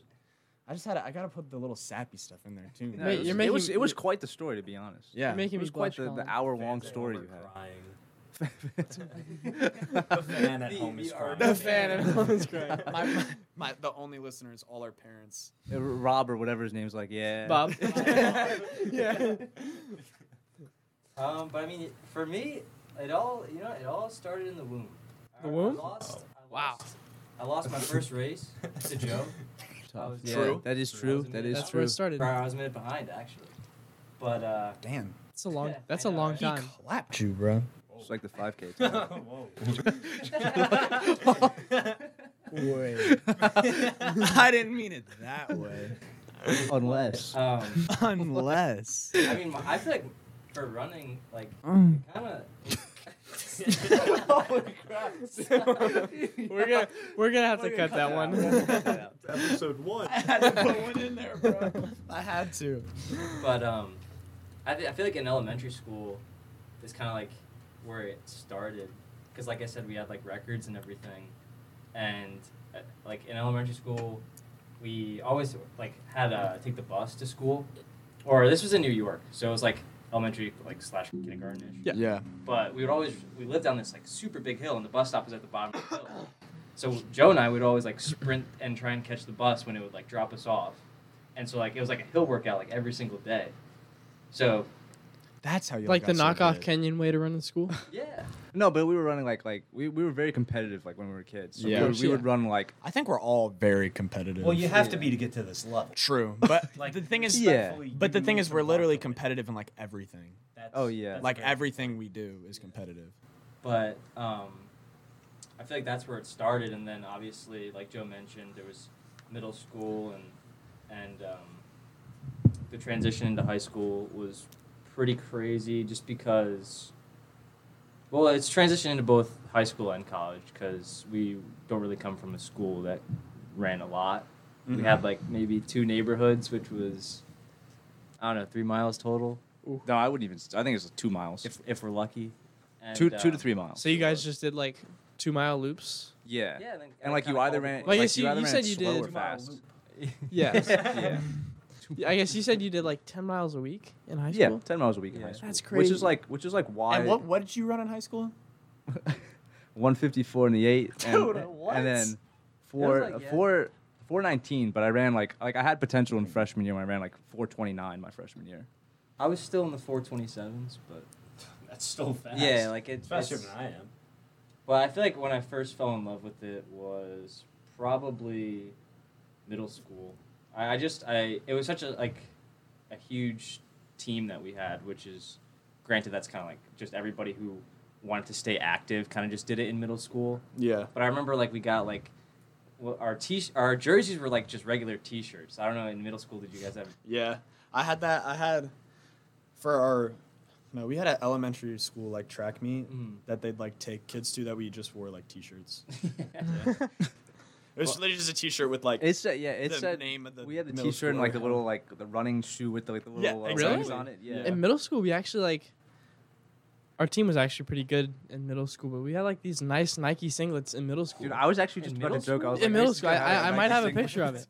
Speaker 4: I just had to, I got to put the little sappy stuff in there too.
Speaker 1: No,
Speaker 4: man.
Speaker 5: Wait,
Speaker 1: it was,
Speaker 5: you're
Speaker 1: it was
Speaker 5: making-
Speaker 1: it was quite the story to be honest.
Speaker 4: yeah.
Speaker 5: You're making
Speaker 1: It
Speaker 5: me
Speaker 1: was quite
Speaker 5: blush,
Speaker 1: the, the
Speaker 5: Colin.
Speaker 1: hour long
Speaker 2: Fans at
Speaker 1: story
Speaker 2: home
Speaker 1: you
Speaker 2: are
Speaker 1: had.
Speaker 2: Crying.
Speaker 1: Uh, the
Speaker 2: The fan at home is
Speaker 3: the
Speaker 2: crying.
Speaker 3: The
Speaker 5: fan at home is crying.
Speaker 4: my, my, my the only listeners, all our parents.
Speaker 1: Rob or whatever his name's like, yeah.
Speaker 5: Bob.
Speaker 4: yeah.
Speaker 3: Um, but I mean, for me, it all you know, it all started in the womb.
Speaker 5: The
Speaker 3: I-
Speaker 5: womb?
Speaker 3: I
Speaker 5: Oh,
Speaker 3: lost, I
Speaker 5: Wow.
Speaker 3: lost- I lost my first race to Joe. I was-
Speaker 1: Yeah,
Speaker 4: True.
Speaker 1: That is
Speaker 3: I
Speaker 1: true.
Speaker 3: was a
Speaker 1: That
Speaker 3: minute
Speaker 1: is
Speaker 5: that's
Speaker 1: true.
Speaker 5: where it started.
Speaker 3: I was a minute behind actually, but uh,
Speaker 4: Damn.
Speaker 5: That's a long.
Speaker 3: Yeah,
Speaker 5: that's
Speaker 3: I
Speaker 5: a
Speaker 3: know,
Speaker 5: long
Speaker 3: right?
Speaker 5: time.
Speaker 4: clapped you, bro.
Speaker 1: It's like the 5K. time.
Speaker 3: uh,
Speaker 4: Wait. I didn't mean it that way.
Speaker 1: Unless.
Speaker 3: um,
Speaker 4: Unless.
Speaker 3: I mean, I feel like for running, like
Speaker 4: Mm.
Speaker 3: kind of.
Speaker 1: Holy crap.
Speaker 5: We're gonna we're gonna have to cut that one.
Speaker 2: Episode one.
Speaker 4: I had to put one in there, bro. I had to.
Speaker 3: But um, I, th- I feel like in elementary school is kind of like where it started. Because, like I said, we had like records and everything. And uh, like in elementary school, we always like had to take the bus to school. Or this was in New York. So it was like elementary like slash kindergarten ish.
Speaker 4: Yeah. Yeah.
Speaker 3: But we would always, we lived on this like super big hill and the bus stop was at the bottom of the hill. So Joe and I would always like sprint and try and catch the bus when it would like drop us off. And so like it was like a hill workout like every single day. So
Speaker 4: That's how you
Speaker 5: like the
Speaker 4: got so
Speaker 5: knockoff
Speaker 4: big.
Speaker 5: Kenyan way to run to school.
Speaker 3: yeah.
Speaker 1: No, but we were running like like we, we were very competitive like when we were kids. So
Speaker 4: Yeah.
Speaker 1: we, would, we would run like
Speaker 4: I think we're all very competitive.
Speaker 2: Well, you have to be to get to this level.
Speaker 4: True, but
Speaker 2: Like
Speaker 4: the thing is,
Speaker 1: Yeah.
Speaker 4: but the thing is, we're literally competitive in like everything.
Speaker 1: Oh, yeah.
Speaker 4: Like everything we do is competitive.
Speaker 3: But um, I feel like that's where it started, and then obviously, like Joe mentioned, there was middle school and and um, the transition into high school was pretty crazy, just because. Well, it's transitioned into both high school and college because we don't really come from a school that ran a lot. We
Speaker 1: Mm-hmm.
Speaker 4: Mhm.
Speaker 3: had like maybe two neighborhoods, which was I don't know, three miles total
Speaker 1: no, I wouldn't even. I think it's two miles,
Speaker 3: if if we're lucky. And,
Speaker 1: two two to
Speaker 3: um,
Speaker 1: three miles.
Speaker 5: so you guys just did like two mile loops.
Speaker 1: yeah.
Speaker 3: Yeah, then-
Speaker 1: And like you either ran,
Speaker 5: Well, I
Speaker 1: like
Speaker 5: guess
Speaker 1: you,
Speaker 5: you-
Speaker 1: either
Speaker 5: you
Speaker 1: ran
Speaker 5: said you
Speaker 1: slow
Speaker 5: did-
Speaker 1: or fast.
Speaker 5: Yeah.
Speaker 1: yeah,
Speaker 5: I guess you said you did like ten miles a week in high
Speaker 1: yeah,
Speaker 5: school.
Speaker 1: ten miles a week in
Speaker 2: Yeah.
Speaker 1: high school.
Speaker 5: That's
Speaker 1: Which
Speaker 5: crazy.
Speaker 1: is like, which is like why
Speaker 4: and what what did you run in high school?
Speaker 1: 154 in the eight, and,
Speaker 4: Dude, what?
Speaker 1: and then four,
Speaker 3: That was like, yeah.
Speaker 1: four, four nineteen. But I ran like like I had potential in freshman year when I ran like four twenty nine my freshman year.
Speaker 3: I was still in the 427s, but
Speaker 2: That's still fast.
Speaker 3: yeah, like it,
Speaker 2: it's faster
Speaker 3: it's-
Speaker 2: than I am.
Speaker 3: Well, I feel like when I first fell in love with it was probably middle school. I, I just I it was such a like a huge team that we had, which is granted that's kind of like just everybody who wanted to stay active kind of just did it in middle school.
Speaker 6: Yeah.
Speaker 3: But I remember like we got like well, our t our jerseys were like just regular T-shirts. I don't know. In middle school, did you guys have?
Speaker 6: Yeah.
Speaker 4: I had that. I had for our no, we had an elementary school like track meet
Speaker 5: Mm-hmm.
Speaker 3: Mm.
Speaker 4: that they'd like take kids to that we just wore like t-shirts. It
Speaker 6: It was
Speaker 4: was
Speaker 6: literally just a T-shirt with like
Speaker 1: It said, yeah, it
Speaker 6: the
Speaker 1: said.
Speaker 6: name of the.
Speaker 1: We had the
Speaker 4: middle
Speaker 1: T-shirt and like the
Speaker 4: school.
Speaker 1: little like the running shoe with the, like the little
Speaker 6: Yeah,
Speaker 1: uh,
Speaker 5: exactly.
Speaker 1: wings on it. Yeah.
Speaker 5: In middle school, we actually like our team was actually pretty good in middle school, but we had like these nice Nike singlets in middle school.
Speaker 1: Dude, I was actually just
Speaker 3: In
Speaker 1: about to
Speaker 3: middle
Speaker 1: joke. I was
Speaker 5: in
Speaker 1: like,
Speaker 5: middle
Speaker 1: used to
Speaker 5: school, I,
Speaker 1: get high
Speaker 5: I, I
Speaker 1: on
Speaker 5: might
Speaker 1: Nike
Speaker 5: have a picture of
Speaker 1: singlets.
Speaker 5: it.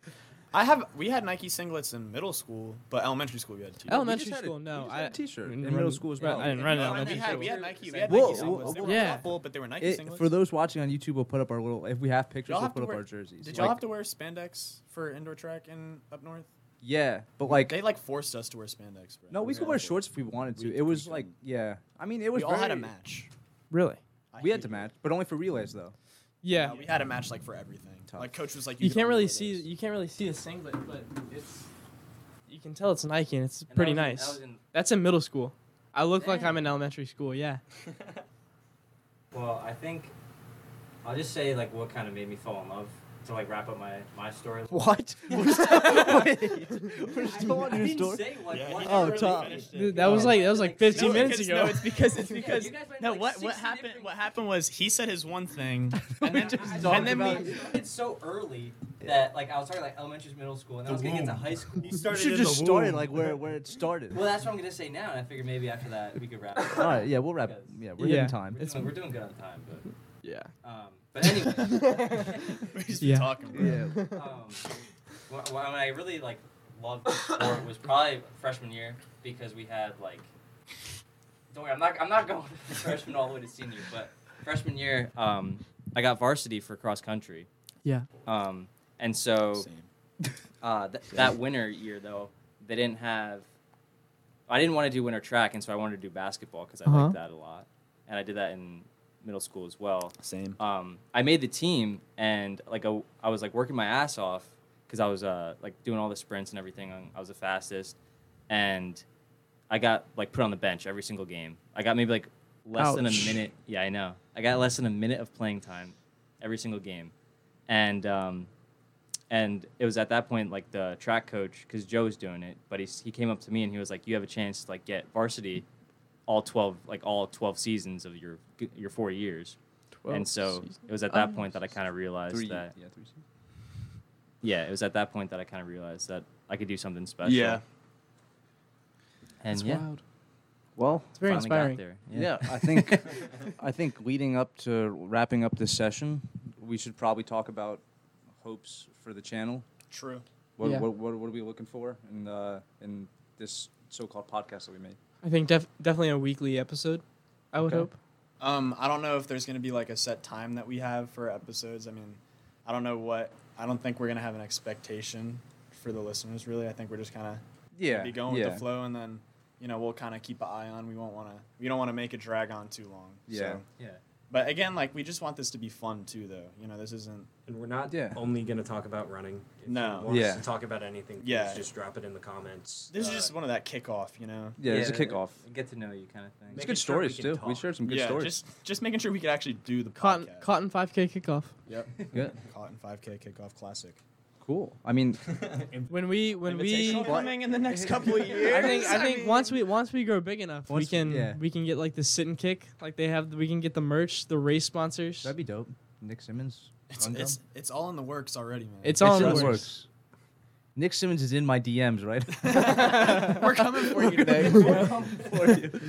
Speaker 4: I have we had Nike singlets in middle school, but elementary school we had t-shirts.
Speaker 1: We just
Speaker 5: Elementary
Speaker 1: had a-
Speaker 5: school, no,
Speaker 1: we just had
Speaker 5: I-
Speaker 1: a T-shirt
Speaker 5: we
Speaker 1: in
Speaker 5: didn't
Speaker 1: middle
Speaker 5: run-
Speaker 1: school as
Speaker 5: yeah,
Speaker 1: well.
Speaker 5: I didn't run
Speaker 4: No,
Speaker 5: an
Speaker 4: and
Speaker 5: elementary
Speaker 4: we had,
Speaker 5: school.
Speaker 4: we had Nike, we had
Speaker 1: Whoa,
Speaker 4: Nike singlets.
Speaker 1: whoa,
Speaker 4: they were
Speaker 5: yeah.
Speaker 4: awful, but they were Nike
Speaker 1: It-
Speaker 4: singlets.
Speaker 1: for those watching on YouTube, we'll put up our little. If we have pictures,
Speaker 4: Y'all
Speaker 1: we'll
Speaker 4: have to
Speaker 1: put up
Speaker 4: wear-
Speaker 1: our jerseys.
Speaker 4: Did y'all
Speaker 1: Like,
Speaker 4: have to wear spandex for indoor track in up north?
Speaker 1: Yeah, but like
Speaker 4: They like forced us to wear spandex. Bro.
Speaker 1: No, we could wear shorts if we wanted to.
Speaker 4: We-
Speaker 1: it
Speaker 4: we
Speaker 1: was
Speaker 4: couldn't.
Speaker 1: like, yeah. I mean, it was.
Speaker 4: We all had a
Speaker 1: very-
Speaker 4: match.
Speaker 5: Really?
Speaker 4: I
Speaker 1: We had
Speaker 4: hate
Speaker 1: to
Speaker 4: it.
Speaker 1: match, but only for relays though.
Speaker 5: Yeah.
Speaker 4: No, we had a match like for everything.
Speaker 1: Tough.
Speaker 4: Like coach was like,
Speaker 5: you
Speaker 4: can
Speaker 5: can't
Speaker 4: only
Speaker 5: really
Speaker 4: wear
Speaker 5: see
Speaker 4: those."
Speaker 5: you can't really see a singlet, but it's you can tell it's Nike and it's
Speaker 3: And that
Speaker 5: pretty
Speaker 3: was in-
Speaker 5: nice.
Speaker 3: that was in-
Speaker 5: That's in middle school. I look like I'm
Speaker 3: Dang.
Speaker 5: in elementary school. Yeah.
Speaker 3: Well, I think I'll just say like what kind of made me fall in love to like wrap up my my story.
Speaker 1: What? We're still, wait, we're
Speaker 3: I,
Speaker 1: still on
Speaker 3: I
Speaker 1: your
Speaker 3: didn't
Speaker 1: story.
Speaker 3: say what.
Speaker 6: Yeah,
Speaker 3: what
Speaker 6: he
Speaker 1: Oh,
Speaker 3: happened.
Speaker 1: Tom.
Speaker 5: Dude, that was like that was like 15
Speaker 6: No,
Speaker 5: minutes
Speaker 6: because-
Speaker 5: ago.
Speaker 6: No, it's because it's
Speaker 3: Yeah,
Speaker 6: because
Speaker 3: you guys went
Speaker 6: no.
Speaker 3: like
Speaker 6: what what
Speaker 3: 60
Speaker 6: happened?
Speaker 3: different-
Speaker 6: What happened was he said his one thing,
Speaker 1: We
Speaker 6: and then,
Speaker 1: just
Speaker 3: I- I-
Speaker 1: talked
Speaker 6: and then
Speaker 1: about
Speaker 6: we.
Speaker 1: it.
Speaker 3: It's so early that like I was talking like elementary, middle school, and then I was gonna get to high school.
Speaker 1: You should just start it like where where it started.
Speaker 3: Well, that's what I'm gonna say now, and I figured maybe after that we could wrap. It up.
Speaker 1: all right, yeah, we'll wrap. Yeah, we're
Speaker 5: Yeah.
Speaker 1: in time.
Speaker 3: We're
Speaker 5: It's-
Speaker 3: doing, we're doing good on time, but
Speaker 5: Yeah.
Speaker 3: um, but anyway,
Speaker 6: We just
Speaker 5: Yeah.
Speaker 6: been talking. Bro.
Speaker 1: Yeah.
Speaker 3: um, wh- when I really like loved the sport was probably freshman year because we had like. Don't worry, I'm not. I'm not going freshman all the way to senior, but freshman year, um, I got varsity for cross country.
Speaker 5: Yeah.
Speaker 3: Um, and so.
Speaker 4: Same.
Speaker 3: Uh, th- that winter year though, they didn't have. I didn't want to do winter track, and so I wanted to do basketball because I
Speaker 5: Uh-huh.
Speaker 3: liked that a lot, and I did that in middle school as well.
Speaker 4: Same.
Speaker 3: Um, I made the team, and like I, I was like working my ass off because I was uh, like doing all the sprints and everything. and I was the fastest, and I got like put on the bench every single game. I got maybe like less than a
Speaker 5: Ouch.
Speaker 3: minute. Yeah, I know. I got less than a minute of playing time every single game, and um, and it was at that point like the track coach because Joe was doing it, but he he came up to me and he was like, "You have a chance to like get varsity, all twelve like all twelve seasons of your your four years." and so it was at that
Speaker 5: um,
Speaker 3: point that I kind of realized
Speaker 1: Three. Yeah,
Speaker 3: that
Speaker 1: three. seasons.
Speaker 3: yeah, it was at that point that I kind of realized that I could do something special.
Speaker 6: Yeah.
Speaker 3: and yeah,
Speaker 1: Well,
Speaker 5: It's very
Speaker 3: finally Got
Speaker 5: inspiring.
Speaker 3: there.
Speaker 1: yeah, I think I think leading up to wrapping up this session, we should probably talk about hopes for the channel.
Speaker 4: True.
Speaker 1: What
Speaker 5: Yeah.
Speaker 1: what, what what are we looking for in uh, in this so-called podcast that we made?
Speaker 5: I think def- definitely a weekly episode. I would
Speaker 1: Okay.
Speaker 5: hope.
Speaker 4: Um, I don't know if there's gonna be like a set time that we have for episodes. I mean, I don't know what. I don't think we're gonna have an expectation for the listeners. Really, I think we're just kind of
Speaker 1: Yeah,
Speaker 4: be going
Speaker 1: yeah.
Speaker 4: with the flow, and then you know we'll kind of keep an eye on. We won't want to. We don't want to make it drag on too long.
Speaker 1: Yeah.
Speaker 4: So.
Speaker 3: Yeah.
Speaker 4: But again, like we just want this to be fun too, though. You know, this isn't.
Speaker 2: And we're not
Speaker 1: Yeah.
Speaker 2: only going to talk about running. If you
Speaker 4: No.
Speaker 2: want us
Speaker 1: Yeah.
Speaker 2: to talk about anything, please
Speaker 4: Yeah.
Speaker 2: just drop it in the comments.
Speaker 4: This
Speaker 2: Uh,
Speaker 4: is just one of that kickoff. You know.
Speaker 1: Yeah, it's a kickoff.
Speaker 3: Get to know you kind of thing.
Speaker 1: It's
Speaker 2: Making
Speaker 1: good
Speaker 2: sure we
Speaker 1: stories
Speaker 2: can
Speaker 1: too. We
Speaker 2: talk.
Speaker 1: shared some good
Speaker 4: yeah.
Speaker 1: stories.
Speaker 4: Just just making sure we could actually do the
Speaker 5: Cotton
Speaker 4: podcast.
Speaker 5: Cotton 5K kickoff.
Speaker 4: Yep.
Speaker 1: Yeah.
Speaker 4: Cotton 5K kickoff classic.
Speaker 1: cool. I mean,
Speaker 5: When we when we
Speaker 1: Invitation.
Speaker 4: coming in the next couple of years.
Speaker 5: I think I think once we once we grow big enough, we
Speaker 1: Once-
Speaker 5: can
Speaker 1: yeah.
Speaker 5: we can get like the sit and kick. Like they have, we can get the merch, the race sponsors.
Speaker 1: that'd be dope. Nick Simmons.
Speaker 4: It's,
Speaker 1: Run
Speaker 4: it's,
Speaker 1: Dumb?
Speaker 4: it's all in the works already, man.
Speaker 5: It's all in
Speaker 1: It
Speaker 5: the
Speaker 1: sure
Speaker 5: works.
Speaker 1: Nick Simmons is in my DMs, right?
Speaker 4: We're coming for you today.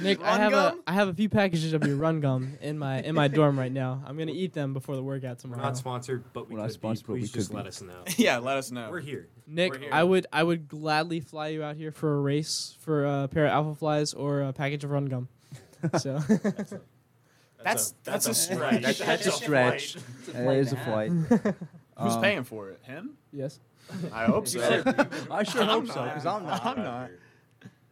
Speaker 5: Nick, I
Speaker 4: Run
Speaker 5: have
Speaker 4: gum?
Speaker 5: a I have a few packages of your run gum in my in my dorm right now. I'm gonna eat them before the workout
Speaker 2: We're
Speaker 5: tomorrow.
Speaker 2: not sponsored, but we
Speaker 1: We're not
Speaker 2: could
Speaker 1: sponsored,
Speaker 2: be.
Speaker 1: but we
Speaker 2: Please just
Speaker 1: could
Speaker 2: let
Speaker 1: be.
Speaker 2: us know.
Speaker 4: yeah, let us know.
Speaker 2: We're here. We're
Speaker 5: Nick,
Speaker 2: here.
Speaker 5: I would I would gladly fly you out here for a race for a pair of alpha flies or a package of run gum. So
Speaker 4: That's that's, a
Speaker 2: stretch.
Speaker 4: stretch.
Speaker 1: That's- that's a stretch. it is a flight.
Speaker 4: Who's
Speaker 1: Um,
Speaker 4: paying for it? Him?
Speaker 5: yes,
Speaker 4: I hope so.
Speaker 1: I sure
Speaker 4: I'm
Speaker 1: hope so,
Speaker 4: not.
Speaker 1: because I'm not.
Speaker 4: I'm not.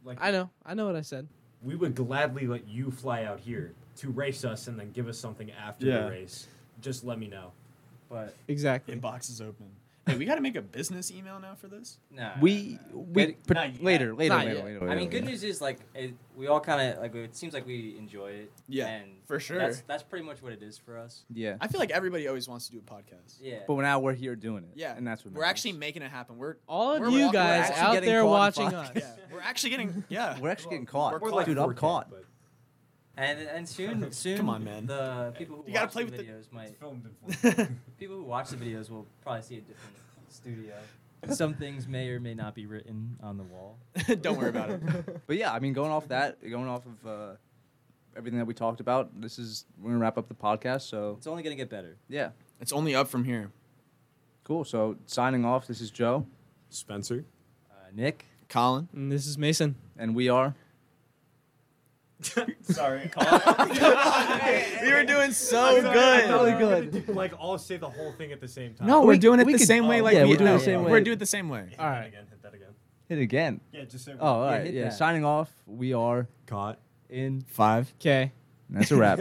Speaker 2: Like
Speaker 5: I know I know what I said.
Speaker 2: we would gladly let you fly out here to race us and then give us something after
Speaker 4: Yeah.
Speaker 2: the race. Just let me know.
Speaker 3: But
Speaker 5: Exactly.
Speaker 4: Inbox is open.
Speaker 6: Hey, we got to make a business email now for this.
Speaker 3: No,
Speaker 1: We we
Speaker 3: Wait,
Speaker 1: pr-
Speaker 6: not yet.
Speaker 1: later later
Speaker 6: Not
Speaker 1: later,
Speaker 6: yet.
Speaker 1: later
Speaker 3: I
Speaker 1: later,
Speaker 3: mean, good
Speaker 1: later.
Speaker 3: news is like it, we all kind of like it seems like we enjoy it.
Speaker 6: Yeah,
Speaker 3: and
Speaker 6: for sure.
Speaker 3: That's that's pretty much what it is for us.
Speaker 1: Yeah,
Speaker 6: I feel like everybody always wants to do a podcast.
Speaker 3: Yeah.
Speaker 1: but now we're here doing it.
Speaker 6: Yeah,
Speaker 1: and that's what
Speaker 6: we're
Speaker 1: matters.
Speaker 6: actually making it happen. We're
Speaker 5: All of
Speaker 6: We're
Speaker 5: you
Speaker 6: walking- we're
Speaker 5: guys
Speaker 6: actually
Speaker 5: out
Speaker 4: getting
Speaker 5: there
Speaker 4: caught in
Speaker 5: watching us.
Speaker 4: podcast.
Speaker 6: yeah, we're actually getting yeah.
Speaker 1: we're actually getting caught.
Speaker 6: We're caught.
Speaker 1: Dude, I'm caught.
Speaker 3: and and soon soon
Speaker 6: Come on, man.
Speaker 3: the people who
Speaker 6: You gotta
Speaker 3: watch
Speaker 6: play
Speaker 3: the
Speaker 6: with the-
Speaker 3: videos might
Speaker 2: filmed in
Speaker 3: people who watch the videos will probably see a different studio. Some things may or may not be written on the wall.
Speaker 6: Don't worry about it.
Speaker 1: But yeah, I mean, going off that, going off of uh, everything that we talked about, this is we're gonna wrap up the podcast. So
Speaker 3: It's only gonna get better.
Speaker 1: yeah,
Speaker 4: It's only up from here.
Speaker 1: cool. So signing off. This is Joe,
Speaker 2: Spencer.
Speaker 3: Uh, Nick,
Speaker 4: Colin.
Speaker 5: And Mm, this is Mason.
Speaker 1: and we are.
Speaker 2: Sorry.
Speaker 1: Oh,
Speaker 4: You were doing so
Speaker 1: Totally
Speaker 2: Like all say the whole thing at the same time.
Speaker 4: No, we're doing it
Speaker 1: we
Speaker 4: the
Speaker 1: could-
Speaker 4: same way.
Speaker 1: oh,
Speaker 4: Like
Speaker 1: yeah,
Speaker 4: we-
Speaker 1: we're doing
Speaker 4: no,
Speaker 1: the same
Speaker 4: We're
Speaker 1: way.
Speaker 4: doing it the same way.
Speaker 2: Hit
Speaker 5: All
Speaker 2: that
Speaker 5: right.
Speaker 2: again. Hit that again.
Speaker 1: Hit it again.
Speaker 2: Yeah, just say
Speaker 1: Oh, all right.
Speaker 3: hit
Speaker 1: Yeah,
Speaker 3: that.
Speaker 1: signing off. We are.
Speaker 2: caught.
Speaker 1: In
Speaker 4: Five.
Speaker 5: Okay.
Speaker 1: that's a wrap.